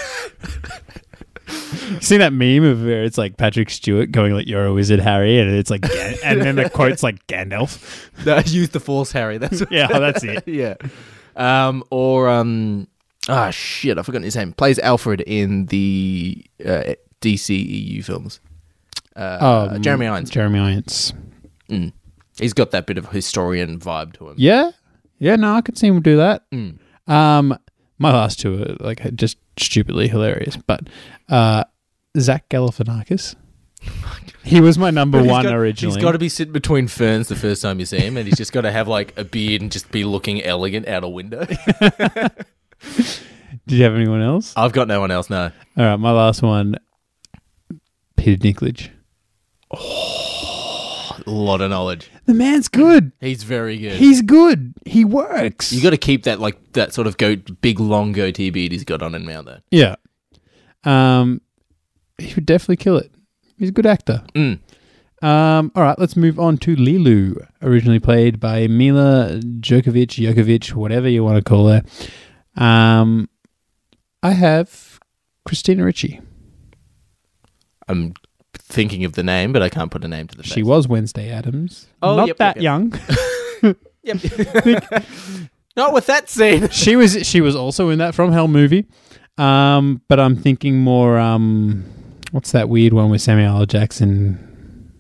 S1: you seen that meme of where it's like Patrick Stewart going like, "You're a wizard, Harry," and it's like, Gan- and then the quote's like Gandalf.
S2: no, use the Force, Harry. That's what,
S1: Yeah, that's it.
S2: yeah. Um or um ah shit, I've forgotten his name. Plays Alfred in the uh, DCEU films. Uh,
S1: Um,
S2: Jeremy Irons.
S1: Jeremy Irons.
S2: Mm. He's got that bit of historian vibe to him.
S1: Yeah, yeah. No, I could see him do that.
S2: Mm.
S1: Um, my last two are like just stupidly hilarious, but uh, Zach Galifianakis. He was my number
S2: He's
S1: one
S2: got-
S1: originally.
S2: He's got to be sitting between ferns the first time you see him, and he's just got to have like a beard and just be looking elegant out a window.
S1: Did you have anyone else?
S2: I've got no one else. No,
S1: All right, my last one. Peter Dinklage.
S2: a lot of knowledge.
S1: The man's good.
S2: He's very good.
S1: He's good. He works.
S2: you got to keep that like that sort of goat, big long goatee beard he's got on in Mount though.
S1: yeah. Um, he would definitely kill it. He's a good actor.
S2: Mm.
S1: Um, all right, let's move on to Lilu, originally played by Mila Djokovic, Jokovic, whatever you want to call her. Um, I have Christina Ritchie.
S2: I'm thinking of the name, but I can't put a name to the
S1: She
S2: face.
S1: was Wednesday Adams.
S2: Oh,
S1: not
S2: yep,
S1: that
S2: yep, yep.
S1: young.
S2: Yep. Not with that scene.
S1: she was. She was also in that From Hell movie. Um, but I'm thinking more. Um, what's that weird one with Samuel L. Jackson?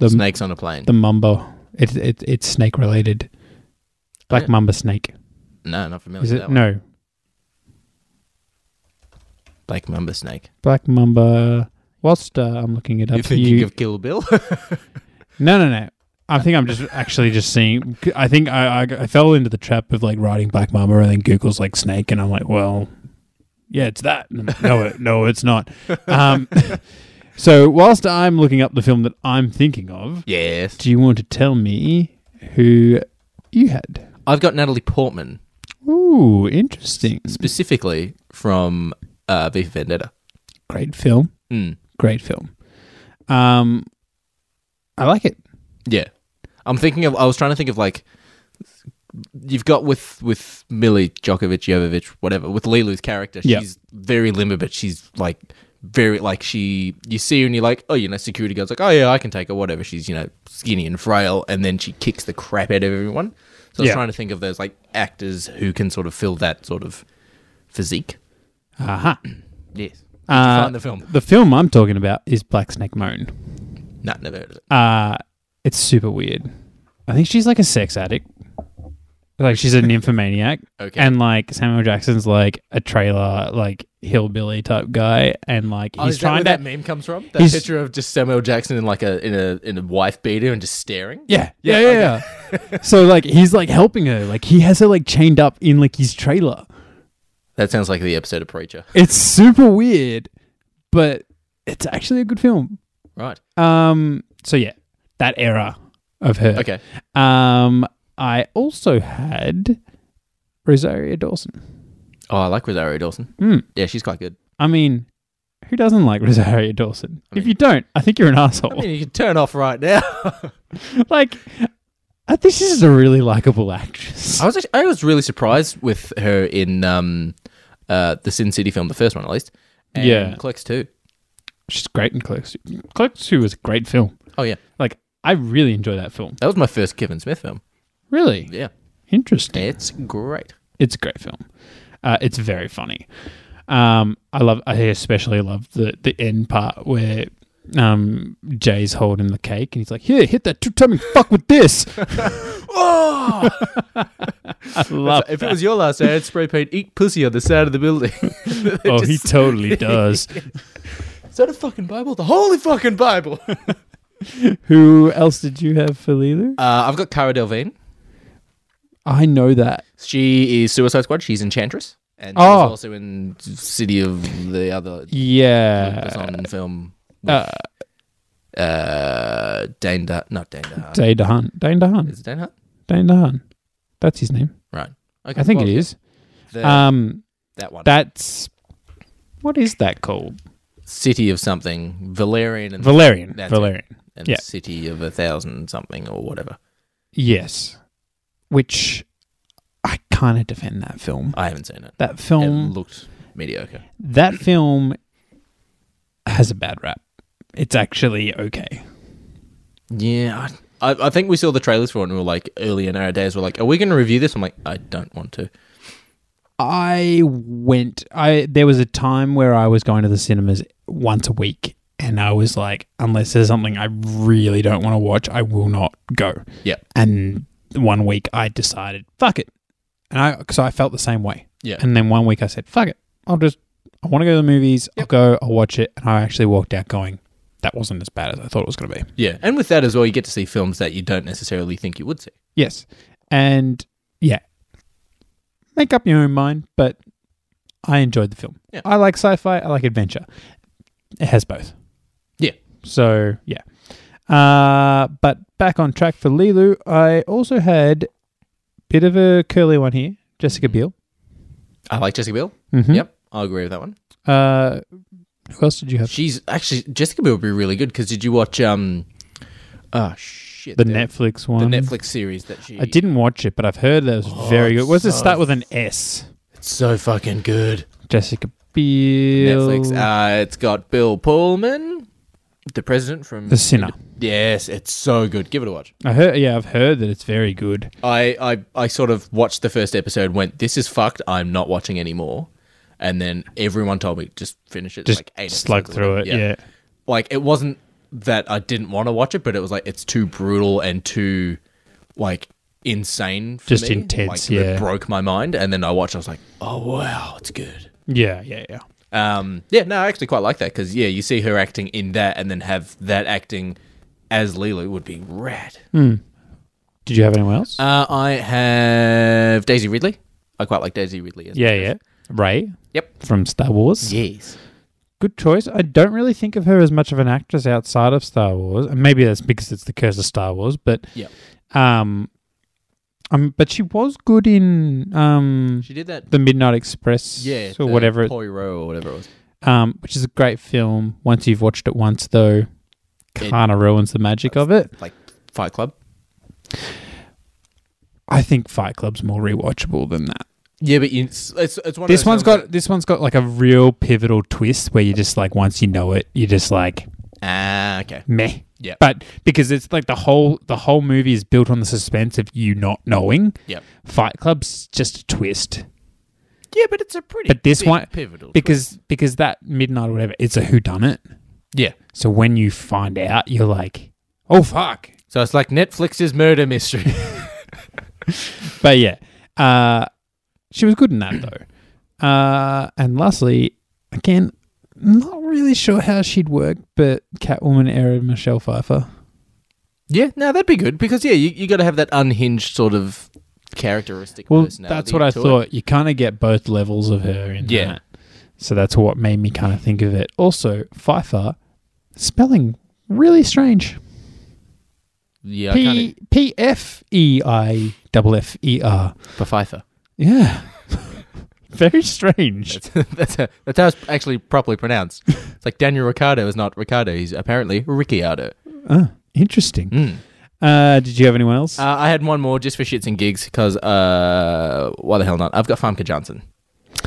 S1: The
S2: Snakes on a plane.
S1: the mumbo. It, it it's snake related. Black
S2: Yeah.
S1: mamba snake.
S2: no, not familiar.
S1: Is
S2: with
S1: it
S2: that one.
S1: no?
S2: Black mamba snake.
S1: Black Mamba. Whilst uh, I'm looking it up,
S2: You're thinking
S1: you-
S2: of Kill Bill?
S1: no, no, no. I think I'm just actually just seeing. I think I, I I fell into the trap of like writing Black Mamba and then Google's like snake, and I'm like, well, yeah, it's that. And I'm like, no, it, no, it's not. Um, so whilst I'm looking up the film that I'm thinking of,
S2: yes.
S1: do you want to tell me who you had?
S2: I've got Natalie Portman
S1: Ooh, interesting.
S2: specifically from uh, V for Vendetta.
S1: Great film.
S2: Mm.
S1: Great film. Um, I like it.
S2: Yeah, I'm thinking of. I was trying to think of like you've got with with Millie Djokovic, Jovovic, whatever. With Lilu's character,
S1: Yeah.
S2: she's very limber, but she's like very like she. You see her and you're like, oh, you know, security guard's like, oh yeah, I can take her, whatever. She's you know skinny and frail, and then she kicks the crap out of everyone. So I was
S1: Yeah.
S2: trying to think of those like actors who can sort of fill that sort of physique.
S1: Aha.
S2: Yes. Did
S1: Uh-huh. Uh,
S2: you find the film?
S1: The film I'm talking about is Black Snake Moan.
S2: No, never heard of it.
S1: Uh, it's super weird. I think she's like a sex addict. Like she's a nymphomaniac.
S2: Okay.
S1: And like Samuel Jackson's like a trailer, like hillbilly type guy. And like
S2: Oh,
S1: he's
S2: is that
S1: trying
S2: where that
S1: to.
S2: meme comes from? That
S1: he's-
S2: picture of just Samuel Jackson in like a in a in a wife beater and just staring.
S1: Yeah, yeah, yeah. yeah. so like he's like helping her. Like he has her like chained up in like his trailer.
S2: That sounds like the episode of Preacher.
S1: It's super weird, but it's actually a good film.
S2: Right.
S1: Um. So yeah, that era of her.
S2: Okay.
S1: Um, I also had Rosaria Dawson.
S2: Oh, I like Rosario Dawson.
S1: Hmm.
S2: Yeah, she's quite good.
S1: I mean, who doesn't like Rosaria Dawson?
S2: I
S1: if
S2: mean-
S1: you don't, I think you're an
S2: I
S1: asshole.
S2: mean, you can turn off right now.
S1: like, I think she's a really likable actress.
S2: I was actually, I was really surprised with her in um, uh, the Sin City film, the first one at least. And
S1: Yeah.
S2: Clerks too.
S1: She's great in Clerks. Clerks 2 was a great film.
S2: Oh yeah,
S1: Like, I really enjoy that film.
S2: that was my first Kevin Smith film.
S1: Really
S2: Yeah,
S1: interesting.
S2: it's great.
S1: It's a great film. Uh, it's very funny. Um, I love. I especially love the the end part where um, Jay's holding the cake and he's like, "Here, hit that two timing. Fuck with this."
S2: Oh,
S1: I love.
S2: if it was your last day, I'd spray paint "Eat Pussy" on the side of the building.
S1: Oh, he
S2: Just-
S1: totally does.
S2: Is that a fucking Bible? The holy fucking Bible. uh,
S1: Who else did you have for Lulu?
S2: Uh, I've got Cara Delvine.
S1: I know that.
S2: She is Suicide Squad. She's Enchantress, and she's
S1: Oh.
S2: also in City of the other
S1: Yeah.
S2: Amazon film. With,
S1: Uh,
S2: uh, Dane, Da- not Dane DeHaan.
S1: Dane DeHaan. Dane DeHaan.
S2: Is it Dane Hart?
S1: Dane DeHaan. That's his name.
S2: Right. Okay.
S1: I think
S2: well,
S1: it is.
S2: the-
S1: Um,
S2: that one.
S1: that's what is that called?
S2: City of something. Valerian and,
S1: Valerian.
S2: That's it.
S1: Valerian.
S2: and
S1: yeah.
S2: City of a thousand something or whatever.
S1: Yes. Which I kind of defend that film.
S2: I haven't seen it.
S1: That
S2: it
S1: film.
S2: looked mediocre.
S1: that film has a bad rap. It's actually okay.
S2: Yeah. I, I, I think we saw the trailers for it and we were like, early in our days, we're like, are we going to review this? I'm like, I don't want to.
S1: I went. I there was a time where I was going to the cinemas once a week, and I was like, unless there's something I really don't want to watch, I will not go.
S2: Yeah.
S1: And one week I decided, fuck it, and I because I felt the same way.
S2: Yeah.
S1: And then one week I said, fuck it, I'll just I want to go to the movies. I'll go. I'll watch it, and I actually walked out going, that wasn't as bad as I thought it was going to be.
S2: Yeah. And with that as well, you get to see films that you don't necessarily think you would see.
S1: Yes. And yeah, make up your own mind, but I enjoyed the film.
S2: Yeah.
S1: I like sci fi, I like adventure. It has both.
S2: Yeah.
S1: So yeah. Uh, but back on track for Lilu, I also had bit of a curly one here
S2: Mm-hmm.
S1: Jessica Biel.
S2: I like Jessica Biel.
S1: Mm-hmm.
S2: Yep. I agree with that one.
S1: Uh, who else did you have?
S2: She's actually, Jessica Biel would be really good because did you watch, um, oh, shit.
S1: The Netflix
S2: The
S1: one.
S2: Netflix series that she.
S1: I didn't watch it, but I've heard that it was very good. What's it
S2: so-
S1: start with an S?
S2: It's so fucking good.
S1: Jessica Biel.
S2: Netflix. Uh, it's got Bill Pullman, the president from
S1: the Sinner.
S2: Yes, it's so good. Give it a watch.
S1: I heard, yeah, I've heard that it's very good.
S2: I, I, I sort of watched the first episode, went, "This is fucked. I'm not watching anymore." And then everyone told me just finish it.
S1: Just
S2: like eight
S1: slug
S2: episodes
S1: through
S2: or
S1: it. Yeah.
S2: whatever. like it wasn't that I didn't want to watch it, but it was like it's too brutal and too like insane. For
S1: Just
S2: me.
S1: intense,
S2: Like,
S1: yeah.
S2: it broke my mind. And then I watched. I was like, "Oh wow, it's good."
S1: yeah, yeah, yeah.
S2: Um, yeah, no, I actually quite like that because yeah, you see her acting in that, and then have that acting as Lilo would be rad.
S1: Hmm. Did you have anyone else?
S2: Uh, I have Daisy Ridley. I quite like Daisy Ridley. As
S1: yeah, yeah. Ray
S2: Yep.
S1: from Star Wars.
S2: Yes.
S1: Good choice. I don't really think of her as much of an actress outside of Star Wars, and maybe that's because it's the curse of Star Wars. But
S2: Yep.
S1: um, um, but she was good in um
S2: She did that.
S1: the Midnight Express,
S2: Yeah.
S1: or
S2: the
S1: whatever, it-
S2: Poirot or whatever it was.
S1: um, which is a great film. Once you've watched it once, though,
S2: It-
S1: kind of ruins the magic of it.
S2: Like Fight Club.
S1: I think Fight Club's more rewatchable than that.
S2: Yeah, but you, it's it's it's one.
S1: this
S2: of those
S1: one's
S2: films
S1: got this one's got like a real pivotal twist where you just like once you know it, you're just like,
S2: Ah, okay.
S1: meh.
S2: Yeah.
S1: But because it's like the whole the whole movie is built on the suspense of you not knowing.
S2: Yep.
S1: Fight Club's just a twist
S2: Yeah, but it's a pretty.
S1: But this
S2: big
S1: one-
S2: pivotal.
S1: because because that midnight or whatever it's a who done it.
S2: yeah,
S1: So when you find out, you're like, oh fuck.
S2: so it's like Netflix's murder mystery.
S1: But yeah, uh, she was good in that though. Uh, and lastly, again, not really sure how she'd work, but Catwoman era Michelle Pfeiffer.
S2: yeah, no, that'd be good because yeah, you, you got to have that unhinged sort of characteristic.
S1: Well,
S2: personality
S1: that's what I
S2: to it.
S1: thought. You kind of get both levels of her in
S2: Yeah.
S1: that. So that's what made me kind of think of it. Also, Pfeiffer spelling really strange.
S2: Yeah, I
S1: P
S2: can't.
S1: P F E I double F E R.
S2: For Pfeiffer.
S1: Yeah. Very strange.
S2: That's, that's, a, that's how it's actually properly pronounced. It's like Daniel Ricardo is not Ricardo. He's apparently Ricciardo.
S1: Oh, interesting.
S2: Mm.
S1: Uh, did you have anyone else?
S2: Uh, I had one more just for shits and gigs because uh, why the hell not? I've got Famke Johnson,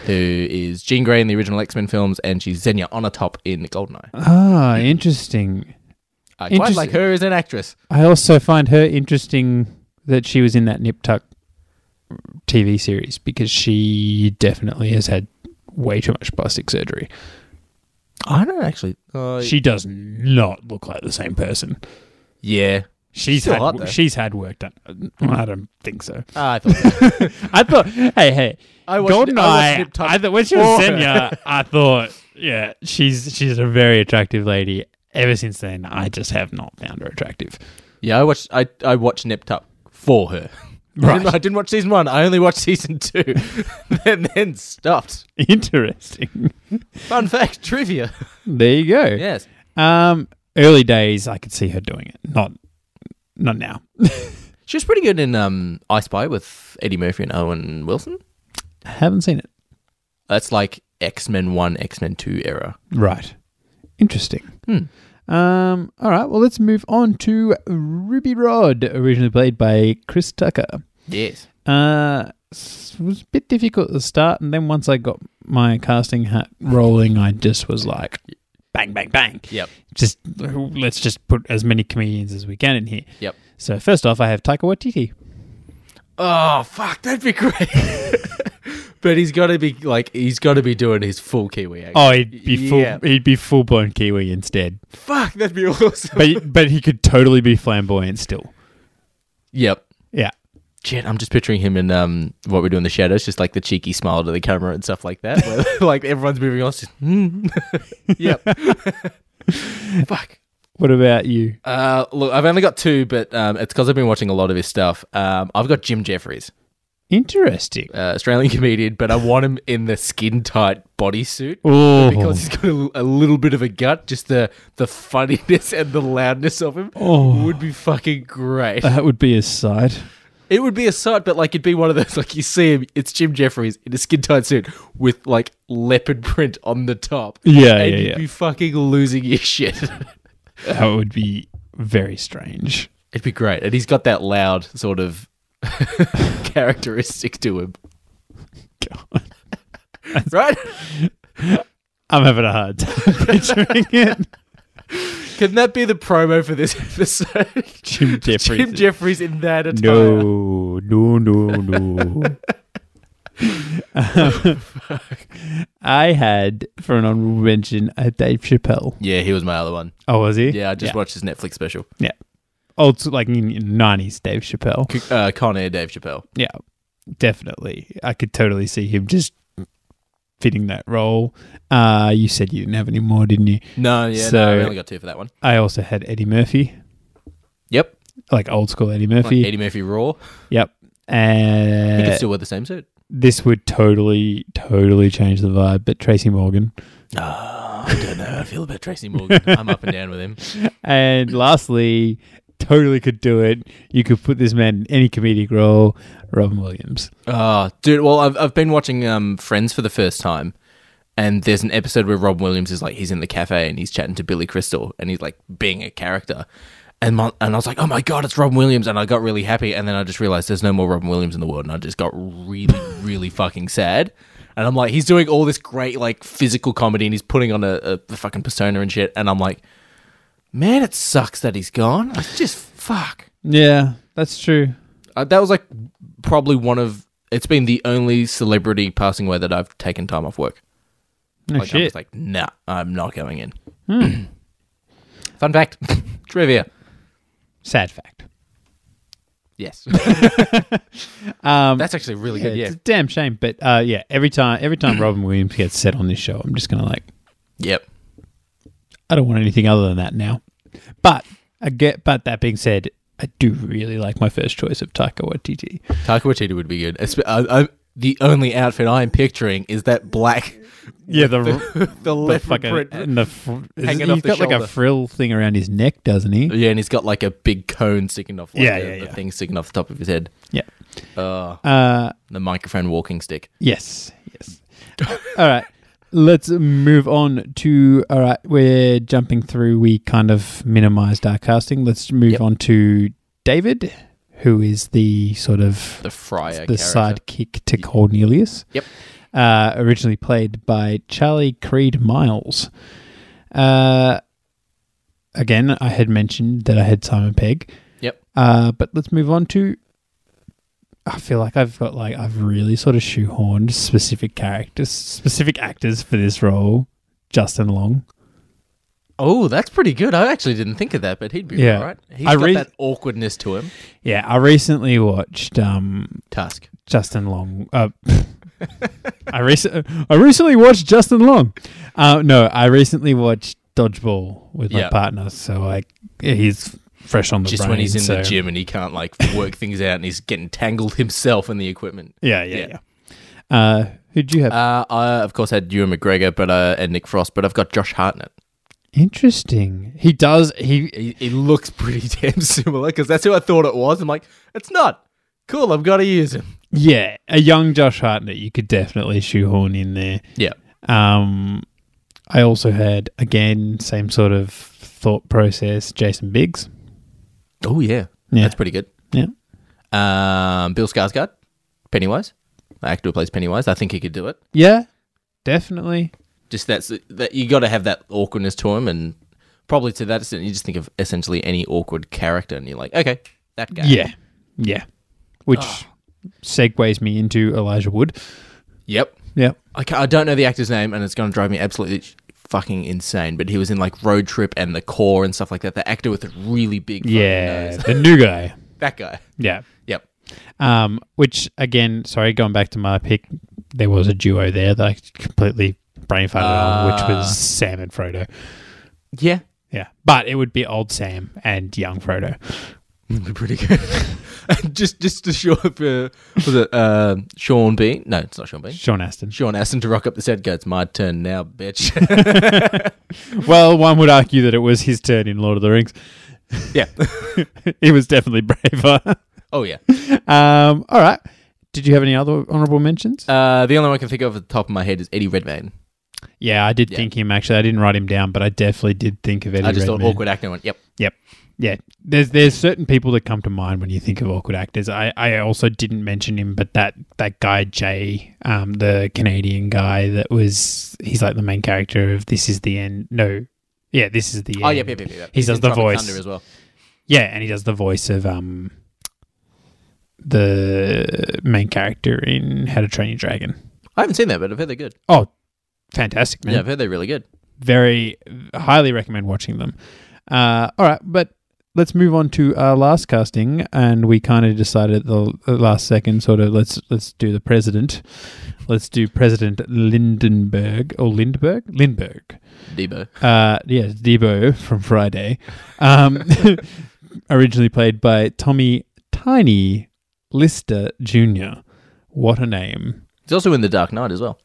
S2: who is Jean Grey in the original X Men films, and she's Xenia on a top in Goldeneye.
S1: ah, interesting.
S2: I Uh, quite like
S1: Interesting.
S2: her as an actress.
S1: I also find her interesting that she was in that Nip Tuck TV series because she definitely has had way too much plastic surgery.
S2: I don't actually. Uh,
S1: She does not look like the same person.
S2: yeah,
S1: She's
S2: Still
S1: had
S2: hot, though.
S1: she's had work done. Mm, I don't think so.
S2: Ah, I thought. so.
S1: I thought, hey, hey,
S2: I watched- I watched
S1: Goldeneye.
S2: Nip Tuck
S1: I thought when she was
S2: before.
S1: Senya, I thought, yeah, she's she's a very attractive lady. Ever since then, I just have not found her attractive.
S2: yeah, I watched. I I watched Nip Tuck for her. I,
S1: Right.
S2: didn't, I didn't watch season one. I only watched season two, and then stopped.
S1: Interesting.
S2: Fun fact trivia.
S1: There you go.
S2: Yes.
S1: Um, early days, I could see her doing it. Not, not now.
S2: She was pretty good in um, I Spy with Eddie Murphy and Owen Wilson.
S1: haven't seen it.
S2: That's like X Men 1, X Men 2 era. Hmm.
S1: Right. Interesting. Um, all right. Well, let's move on to Ruby Rod, originally played by Chris Tucker.
S2: Yes.
S1: Uh, s- was a bit difficult at the start, and then once I got my casting hat rolling, I just was like, bang, bang, bang.
S2: Yep.
S1: Just let's just put as many comedians as we can in here.
S2: Yep.
S1: So first off, I have Taika Waititi.
S2: Oh, fuck. That'd be great. but he's got to be like, he's got to be doing his full Kiwi accent.
S1: Oh, he'd be
S2: Yeah.
S1: full. He'd be full blown Kiwi instead.
S2: Fuck, that'd be awesome.
S1: but but he could totally be flamboyant still.
S2: yep.
S1: Yeah.
S2: Shit, I'm just picturing him in um, what we do in the shadows, just like the cheeky smile to the camera and stuff like that. where, like everyone's moving on. it's Just, mm. yep. fuck.
S1: What about you?
S2: Uh, look, I've only got two, but um, it's because I've been watching a lot of his stuff. Um, I've got Jim Jeffries.
S1: Interesting.
S2: uh, Australian comedian, but I want him in the skin tight bodysuit
S1: Oh,
S2: because he's got a, a little bit of a gut. Just the the funniness and the loudness of him
S1: Oh.
S2: would be fucking great.
S1: that would be a sight.
S2: It would be a sight, but like it'd be one of those like you see him. It's Jim Jeffries in a skin tight suit with like leopard print on the top.
S1: Yeah,
S2: and
S1: yeah,
S2: you'd
S1: yeah.
S2: be fucking losing your shit.
S1: That would be very strange.
S2: it'd be great, and he's got that loud sort of characteristic to him,
S1: God.
S2: right?
S1: I'm having a hard time picturing it.
S2: Can that be the promo for this episode?
S1: Jim Jeffries.
S2: Jim Jeffries in that attire.
S1: no, no, no, no. Um, I had for an honorable mention a Dave Chappelle.
S2: Yeah, he was my other one.
S1: Oh, was he?
S2: Yeah, I just
S1: yeah.
S2: watched his Netflix special.
S1: old like nineties Dave Chappelle.
S2: C- Uh, Con Air Dave Chappelle.
S1: Yeah, definitely. I could totally see him just fitting that role. Uh, you said you didn't have any more, didn't you?
S2: No, yeah,
S1: So-
S2: no, I only got two for that one.
S1: I also had Eddie Murphy,
S2: Yep.
S1: like old school Eddie
S2: Like
S1: Murphy.
S2: Eddie Murphy Raw.
S1: Yep.
S2: He could
S1: And
S2: still wear the same suit.
S1: this would totally, totally change the vibe. But Tracy Morgan.
S2: Oh, I don't know. I feel about Tracy Morgan. I'm up and down with him.
S1: And lastly, totally could do it. You could put this man in any comedic role. Robin Williams.
S2: Oh, dude. Well, I've, I've been watching um, Friends for the first time. And there's an episode where Rob Williams is like, he's in the cafe and he's chatting to Billy Crystal and he's like being a character. And, my, and I was like, oh my God, it's Rob Williams. And I got really happy. And then I just realized there's no more Rob Williams in the world. And I just got really, really fucking sad. And I'm like, he's doing all this great, like, physical comedy and he's putting on a, a fucking persona and shit. And I'm like, man, it sucks that he's gone. It's just fuck.
S1: Yeah, that's true.
S2: Uh, that was like probably one of. It's been the only celebrity passing away that I've taken time off work.
S1: No
S2: like, I'm
S1: shit. Hmm.
S2: just like, nah, I'm not going in. Fun fact, trivia.
S1: Sad fact.
S2: Yes,
S1: Um,
S2: that's actually really
S1: yeah,
S2: good. Yeah.
S1: It's a damn shame, but uh, yeah, every time every time Robin Williams gets set on this show, I'm just gonna like,
S2: Yep.
S1: I don't want anything other than that now. But I get. But that being said, I do really like my first choice of Taika Waititi.
S2: Taika Waititi would be good. Espe- I, I, the only outfit I'm picturing is that black,
S1: Yeah, the
S2: the
S1: the
S2: leopard
S1: fucking
S2: print.
S1: and the fr- is-
S2: hanging
S1: he's
S2: off the
S1: got like a
S2: shoulder.
S1: frill thing around his neck, doesn't he?
S2: Yeah, and he's got like a big cone sticking off. Like
S1: Yeah,
S2: the,
S1: yeah,
S2: the
S1: yeah.
S2: thing sticking off the top of his head.
S1: Yeah.
S2: Uh,
S1: Uh,
S2: the microphone walking stick.
S1: yes, yes. all right, let's move on to. All right, we're jumping through. We kind of minimized our casting. Let's move
S2: Yep.
S1: on to David, who is the sort of
S2: The friar.
S1: the
S2: character.
S1: sidekick to Cornelius.
S2: Yep.
S1: Uh, originally played by Charlie Creed Miles. Uh, again, I had mentioned that I had Simon Pegg.
S2: Yep.
S1: Uh, but let's move on to. I feel like I've got like I've really sort of shoehorned specific characters, specific actors for this role. Justin Long.
S2: Oh, that's pretty good. I actually didn't think of that, but he'd be
S1: Yeah.
S2: all right. He's
S1: I
S2: got
S1: re-
S2: that awkwardness to him.
S1: Yeah, I recently watched um,
S2: Tusk.
S1: Justin Long. Uh, I recent I recently watched Justin Long. Uh, no, I recently watched Dodgeball with my
S2: Yeah.
S1: partner. So like yeah, he's fresh on the
S2: Just
S1: brain,
S2: when he's in
S1: so-
S2: the gym and he can't like work things out and he's getting tangled himself in the equipment.
S1: Yeah, yeah, yeah.
S2: Yeah.
S1: Uh, who do you have?
S2: Uh, I of course had Ewan McGregor, but uh, and Nick Frost, but I've got Josh Hartnett.
S1: Interesting. He does. He
S2: He, he looks pretty damn similar because that's who I thought it was. I'm like, it's not cool. I've got to use him.
S1: yeah, a young Josh Hartnett. You could definitely shoehorn in there.
S2: Yeah.
S1: Um, I also had again same sort of thought process. Jason Biggs.
S2: Oh yeah.
S1: Yeah.
S2: That's pretty good.
S1: Yeah.
S2: Um, Bill Skarsgård, Pennywise, the actor who plays Pennywise. I think he could do it.
S1: Yeah. Definitely.
S2: Just that's that you got to have that awkwardness to him, and probably to that extent, you just think of essentially any awkward character, and you're like, okay, that guy. Ah.
S1: Yeah. Yeah. Which segues me into Elijah Wood.
S2: Yep.
S1: Yep.
S2: I, ca I don't know the actor's name, and it's going to drive me absolutely sh- fucking insane. But he was in like Road Trip and The Core and stuff like that. The actor with the really big fucking
S1: Yeah.
S2: nose.
S1: the new guy.
S2: that guy.
S1: Yeah.
S2: Yep.
S1: Um, which again, sorry, going back to my pick, there was a duo there that I completely brain farted on, which
S2: Ah.
S1: was Sam and Frodo.
S2: Yeah.
S1: Yeah. But it would be old Sam and young Frodo.
S2: That'd be pretty good. just just to show up, uh, was it uh, Sean Bean? No, it's not Sean Bean.
S1: Sean Astin.
S2: Sean Aston to rock up the set. Go, it's my turn now, bitch.
S1: Well, one would argue that it was his turn in Lord of the Rings.
S2: yeah.
S1: he was definitely braver.
S2: Oh yeah.
S1: um, all right. Did you have any other honorable mentions?
S2: Uh, the only one I can think of at the top of my head is Eddie Redmayne.
S1: Yeah, I did
S2: Yeah.
S1: think him actually. I didn't write him down, but I definitely did think of Eddie.
S2: I just
S1: Redmayne.
S2: thought awkward actor. and Went, yep.
S1: Yep. Yeah. There's there's certain people that come to mind when you think of awkward actors. I, I also didn't mention him, but that that guy Jay, um, the Canadian guy that was he's like the main character of This Is the End. No, yeah, This Is the End.
S2: Oh yep, yep, yep, yep.
S1: He
S2: He's
S1: does
S2: in
S1: the
S2: Tropic
S1: voice.
S2: Thunder as well.
S1: Yeah, and he does the voice of um the main character in How to Train Your Dragon.
S2: I haven't seen that, but I've heard they're good.
S1: Oh, fantastic man!
S2: Yeah, I've heard they're really good.
S1: very highly recommend watching them. Uh, all right, but let's move on to our last casting, and we kind of decided at the the last second, sort of let's let's do the president. Let's do President Lindenberg or Lindberg, Lindberg.
S2: Debo.
S1: Uh, yeah, Debo from Friday, um, originally played by Tommy Tiny Lister Jr. What a name!
S2: He's also in The Dark Knight as well.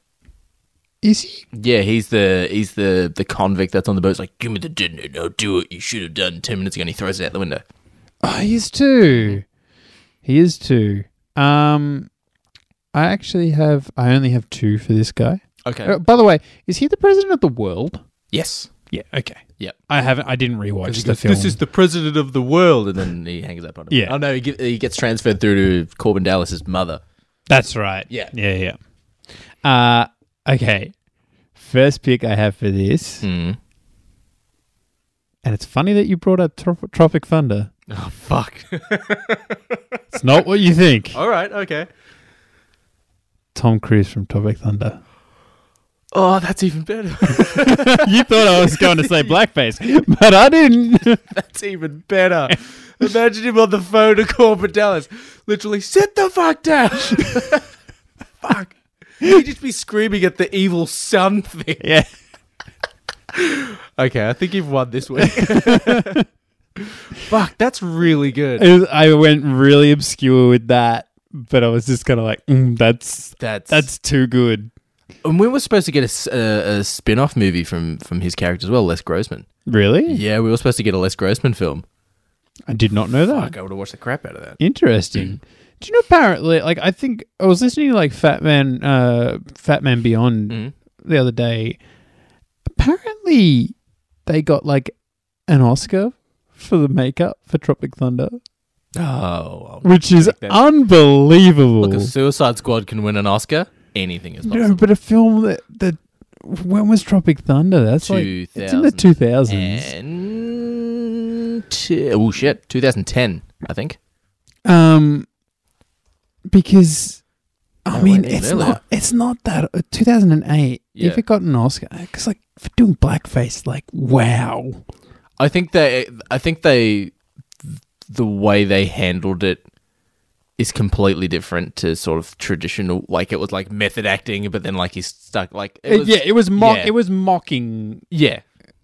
S1: Is he
S2: Yeah, he's the he's the the convict that's on the boat. It's like, give me the dinner. No, do it. You should have done ten minutes ago. And he throws it out the window.
S1: Oh, he is too. He is too. Um, I actually have. I only have two for this guy.
S2: Okay.
S1: Uh, by the way, is he the president of the world?
S2: yes.
S1: Yeah. Okay.
S2: Yep.
S1: I haven't. I didn't rewatch the
S2: Because
S1: film.
S2: This is the president of the world, and then he hangs up on him.
S1: Yeah.
S2: Oh no, he, gi- he gets transferred through to Corbin Dallas's mother.
S1: That's right.
S2: Yeah.
S1: Yeah. Yeah. Uh,
S2: Hmm.
S1: okay. First pick I have for this.
S2: Mm.
S1: And it's funny that you brought up Trop- Tropic Thunder.
S2: Oh fuck.
S1: It's not what you think.
S2: All right. Okay.
S1: Tom Cruise from Tropic Thunder.
S2: Oh, that's even better.
S1: you thought I was going to say blackface, but I didn't.
S2: that's even better. Imagine him on the phone to Corbin Dallas, literally sit the fuck down. fuck. He'd just be screaming at the evil son thing.
S1: yeah.
S2: Okay, I think you've won this week. fuck, that's really good.
S1: It was, I went really obscure with that, but I was just kind of like, mm, that's
S2: That's
S1: that's too good.
S2: And we were supposed to get a, s- a- a spin-off movie from from his character as well, Les Grossman.
S1: Really?
S2: Yeah, we were supposed to get a Les Grossman film.
S1: I did not know that.
S2: Fuck, I would have watched the crap out of that.
S1: Interesting. Do you know apparently like I think I was listening to like Fat Man uh Fat Man Beyond
S2: Mhm.
S1: the other day. Apparently they got like an Oscar for the makeup for Tropic Thunder,
S2: Oh, well,
S1: which is
S2: that-
S1: unbelievable.
S2: look, a Suicide Squad can win an Oscar. Anything is
S1: no,
S2: possible.
S1: but a film that that when was Tropic Thunder? That's like it's in the
S2: 2000.
S1: two thousands.
S2: And t- oh shit, 2010, I think.
S1: Um, because I
S2: Oh,
S1: mean,
S2: wait,
S1: it's
S2: really?
S1: not it's not that uh, 2008.
S2: Yeah.
S1: If it got an Oscar, because like for doing blackface, like wow,
S2: I think they, I think they, the way they handled it is completely different to sort of traditional. Like it was like method acting, but then like he's stuck. Like it was,
S1: Uh, yeah, it was mock,
S2: yeah.
S1: it was mocking
S2: yeah,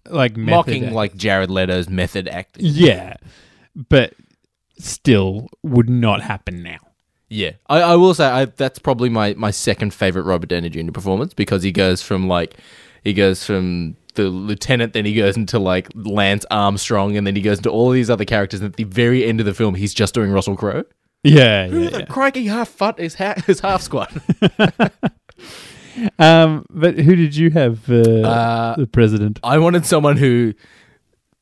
S1: like method
S2: mocking
S1: act-
S2: like Jared Leto's method acting.
S1: yeah, but still would not happen now.
S2: Yeah, I, I will say I, that's probably my, my second favorite Robert Downey Jr. performance because he goes from like he goes from the lieutenant, then he goes into like Lance Armstrong, and then he goes into all these other characters. And at the very end of the film, he's just doing Russell Crowe.
S1: Yeah,
S2: Who
S1: yeah,
S2: the crikey half fut is ha- is half squad?
S1: yeah. Um, but who did you have uh,
S2: Uh,
S1: the president?
S2: I wanted someone who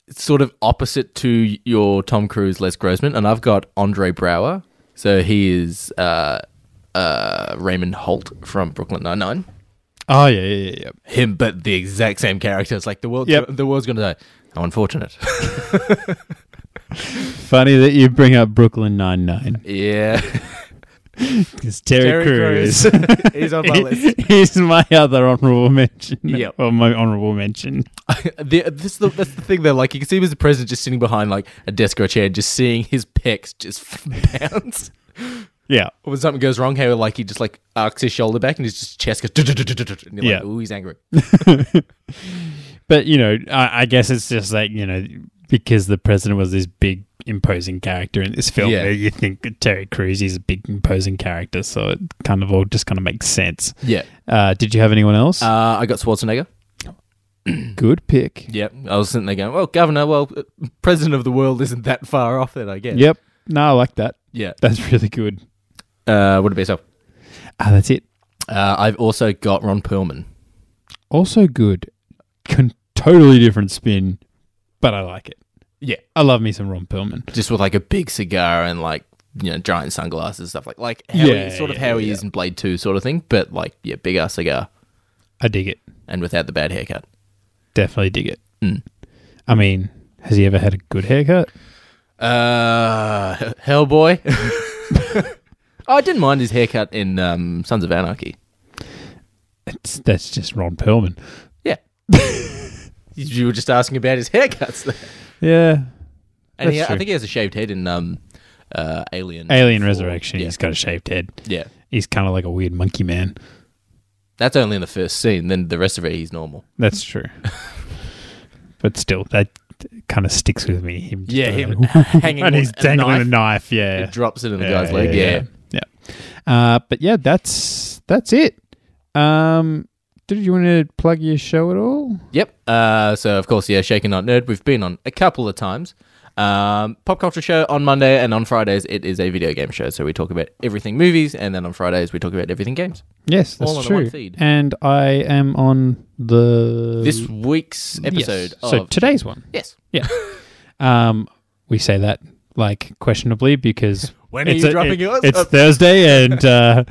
S2: sort of opposite to your Tom Cruise, Les Grossman, and I've got Andre Brower. So he is uh, uh, Raymond Holt from Brooklyn Nine Nine.
S1: Oh yeah, yeah, yeah. yeah.
S2: him, but the exact same character. It's like the world,
S1: Yep.
S2: the world's gonna die. How unfortunate.
S1: Funny that you bring up Brooklyn Nine Nine
S2: yeah,
S1: because Terry, Crews.
S2: He's on
S1: Here's my other honorable mention.
S2: Yep.
S1: Well, my honorable mention.
S2: the, this, the, that's the thing though. Like you can see him as the president just sitting behind like a desk or a chair, just seeing his pecs just bounce.
S1: Yeah.
S2: When something goes wrong, how like he just like arcs his shoulder back and his just chest goes. "Du-du-du-du-du-du," And you're like,
S1: Yeah.
S2: ooh, he's angry.
S1: But, you know, I, I guess it's just like, you know, because the president was this big, imposing character in this film,
S2: Yeah.
S1: you think that Terry Crews is a big, imposing character. So it kind of all just kind of makes sense.
S2: Yeah,
S1: Uh, did you have anyone else?
S2: uh, I got Schwarzenegger.
S1: Good pick.
S2: Yeah, I was sitting there going, well, governor, well, uh, president of the world isn't that far off then, I guess.
S1: Yep. No, I like that.
S2: Yeah.
S1: That's really good.
S2: Uh, what about yourself?
S1: Ah, that's it.
S2: Uh, I've also got Ron Perlman.
S1: Also good. Con- totally different spin, but I like it.
S2: Yeah.
S1: I love me some Ron Perlman.
S2: just with like a big cigar and like you know giant sunglasses and stuff like like how
S1: Yeah,
S2: he, sort of
S1: yeah,
S2: how he
S1: yeah.
S2: is in Blade Two sort of thing, but like yeah, big ass cigar
S1: I dig it.
S2: and without the bad haircut.
S1: definitely dig it.
S2: Mm.
S1: I mean, has he ever had a good haircut?
S2: Uh, Hellboy. Oh, I didn't mind his haircut in um, Sons of Anarchy.
S1: It's, that's just Ron Perlman.
S2: Yeah, you were just asking about his haircuts, there.
S1: Yeah.
S2: and he,
S1: That's
S2: I
S1: true.
S2: think he has a shaved head in um, uh, Alien.
S1: Alien
S2: four.
S1: Resurrection.
S2: Yeah,
S1: He's got a shaved head.
S2: yeah.
S1: He's kind of like a weird monkey man.
S2: That's only in the first scene. Then the rest of it, he's normal.
S1: That's true. but still, that kind of sticks with me. Him just
S2: Yeah,
S1: doing
S2: him
S1: that,
S2: uh, hanging
S1: and
S2: on
S1: he's
S2: a
S1: dangling
S2: knife.
S1: a knife. Yeah.
S2: It drops it in the
S1: Yeah,
S2: guy's leg. yeah.
S1: Yeah. yeah. Uh, but yeah, that's that's it. Um, did you want to plug your show at all?
S2: Yep. Uh, so of course, yeah, Shaken Not Nerd. We've been on a couple of times. Um, pop culture show on Monday, and on Fridays it is a video game show. So we talk about everything movies, and then on Fridays we talk about everything games.
S1: Yes, that's
S2: All on the
S1: true.
S2: one feed.
S1: And I am on the
S2: This week's
S1: Um, Yes.
S2: episode of
S1: So today's one.
S2: yes.
S1: Yeah. um, we say that like questionably because
S2: When are you dropping yours?
S1: It's
S2: Uh,
S1: Thursday, and uh,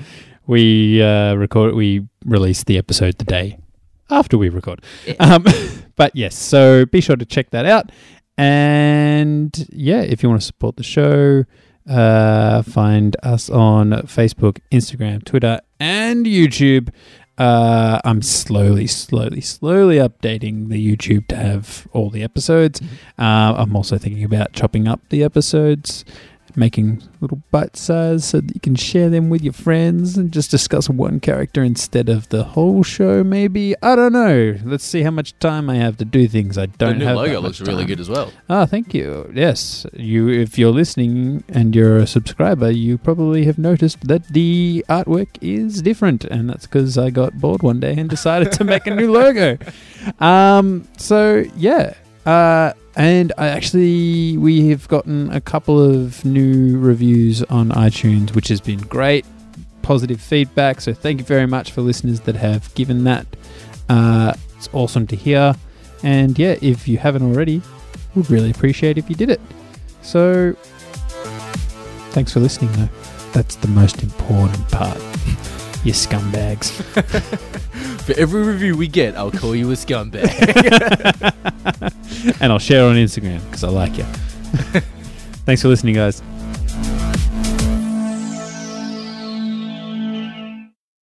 S1: we uh, record. We release the episode the day after we record. Um, but yes, so be sure to check that out. And yeah, if you want to support the show, uh, find us on Facebook, Instagram, Twitter, and YouTube. Uh, I'm slowly, slowly, slowly updating the YouTube to have all the episodes.
S2: Mm-hmm.
S1: Uh, I'm also thinking about chopping up the episodes, making little bite size so that you can share them with your friends and just discuss one character instead of the whole show. Maybe I don't know. Let's see how much time I have to do things. I
S2: The
S1: don't.
S2: new
S1: have that
S2: logo
S1: much
S2: looks really
S1: time.
S2: good as well.
S1: Ah, thank you. Yes, you. If you're listening and you're a subscriber, you probably have noticed that the artwork is different, and that's because I got bored one day and decided to make a new logo. Um. So yeah. Uh. And I actually, we have gotten a couple of new reviews on iTunes, which has been great. Positive feedback. So thank you very much for listeners that have given that. Uh, it's awesome to hear. And yeah, if you haven't already, would really appreciate if you did it. So, thanks for listening, though. That's the most important part. You scumbags.
S2: For every review we get, I'll call you a scumbag.
S1: and I'll share on Instagram because I like you. thanks for listening, guys.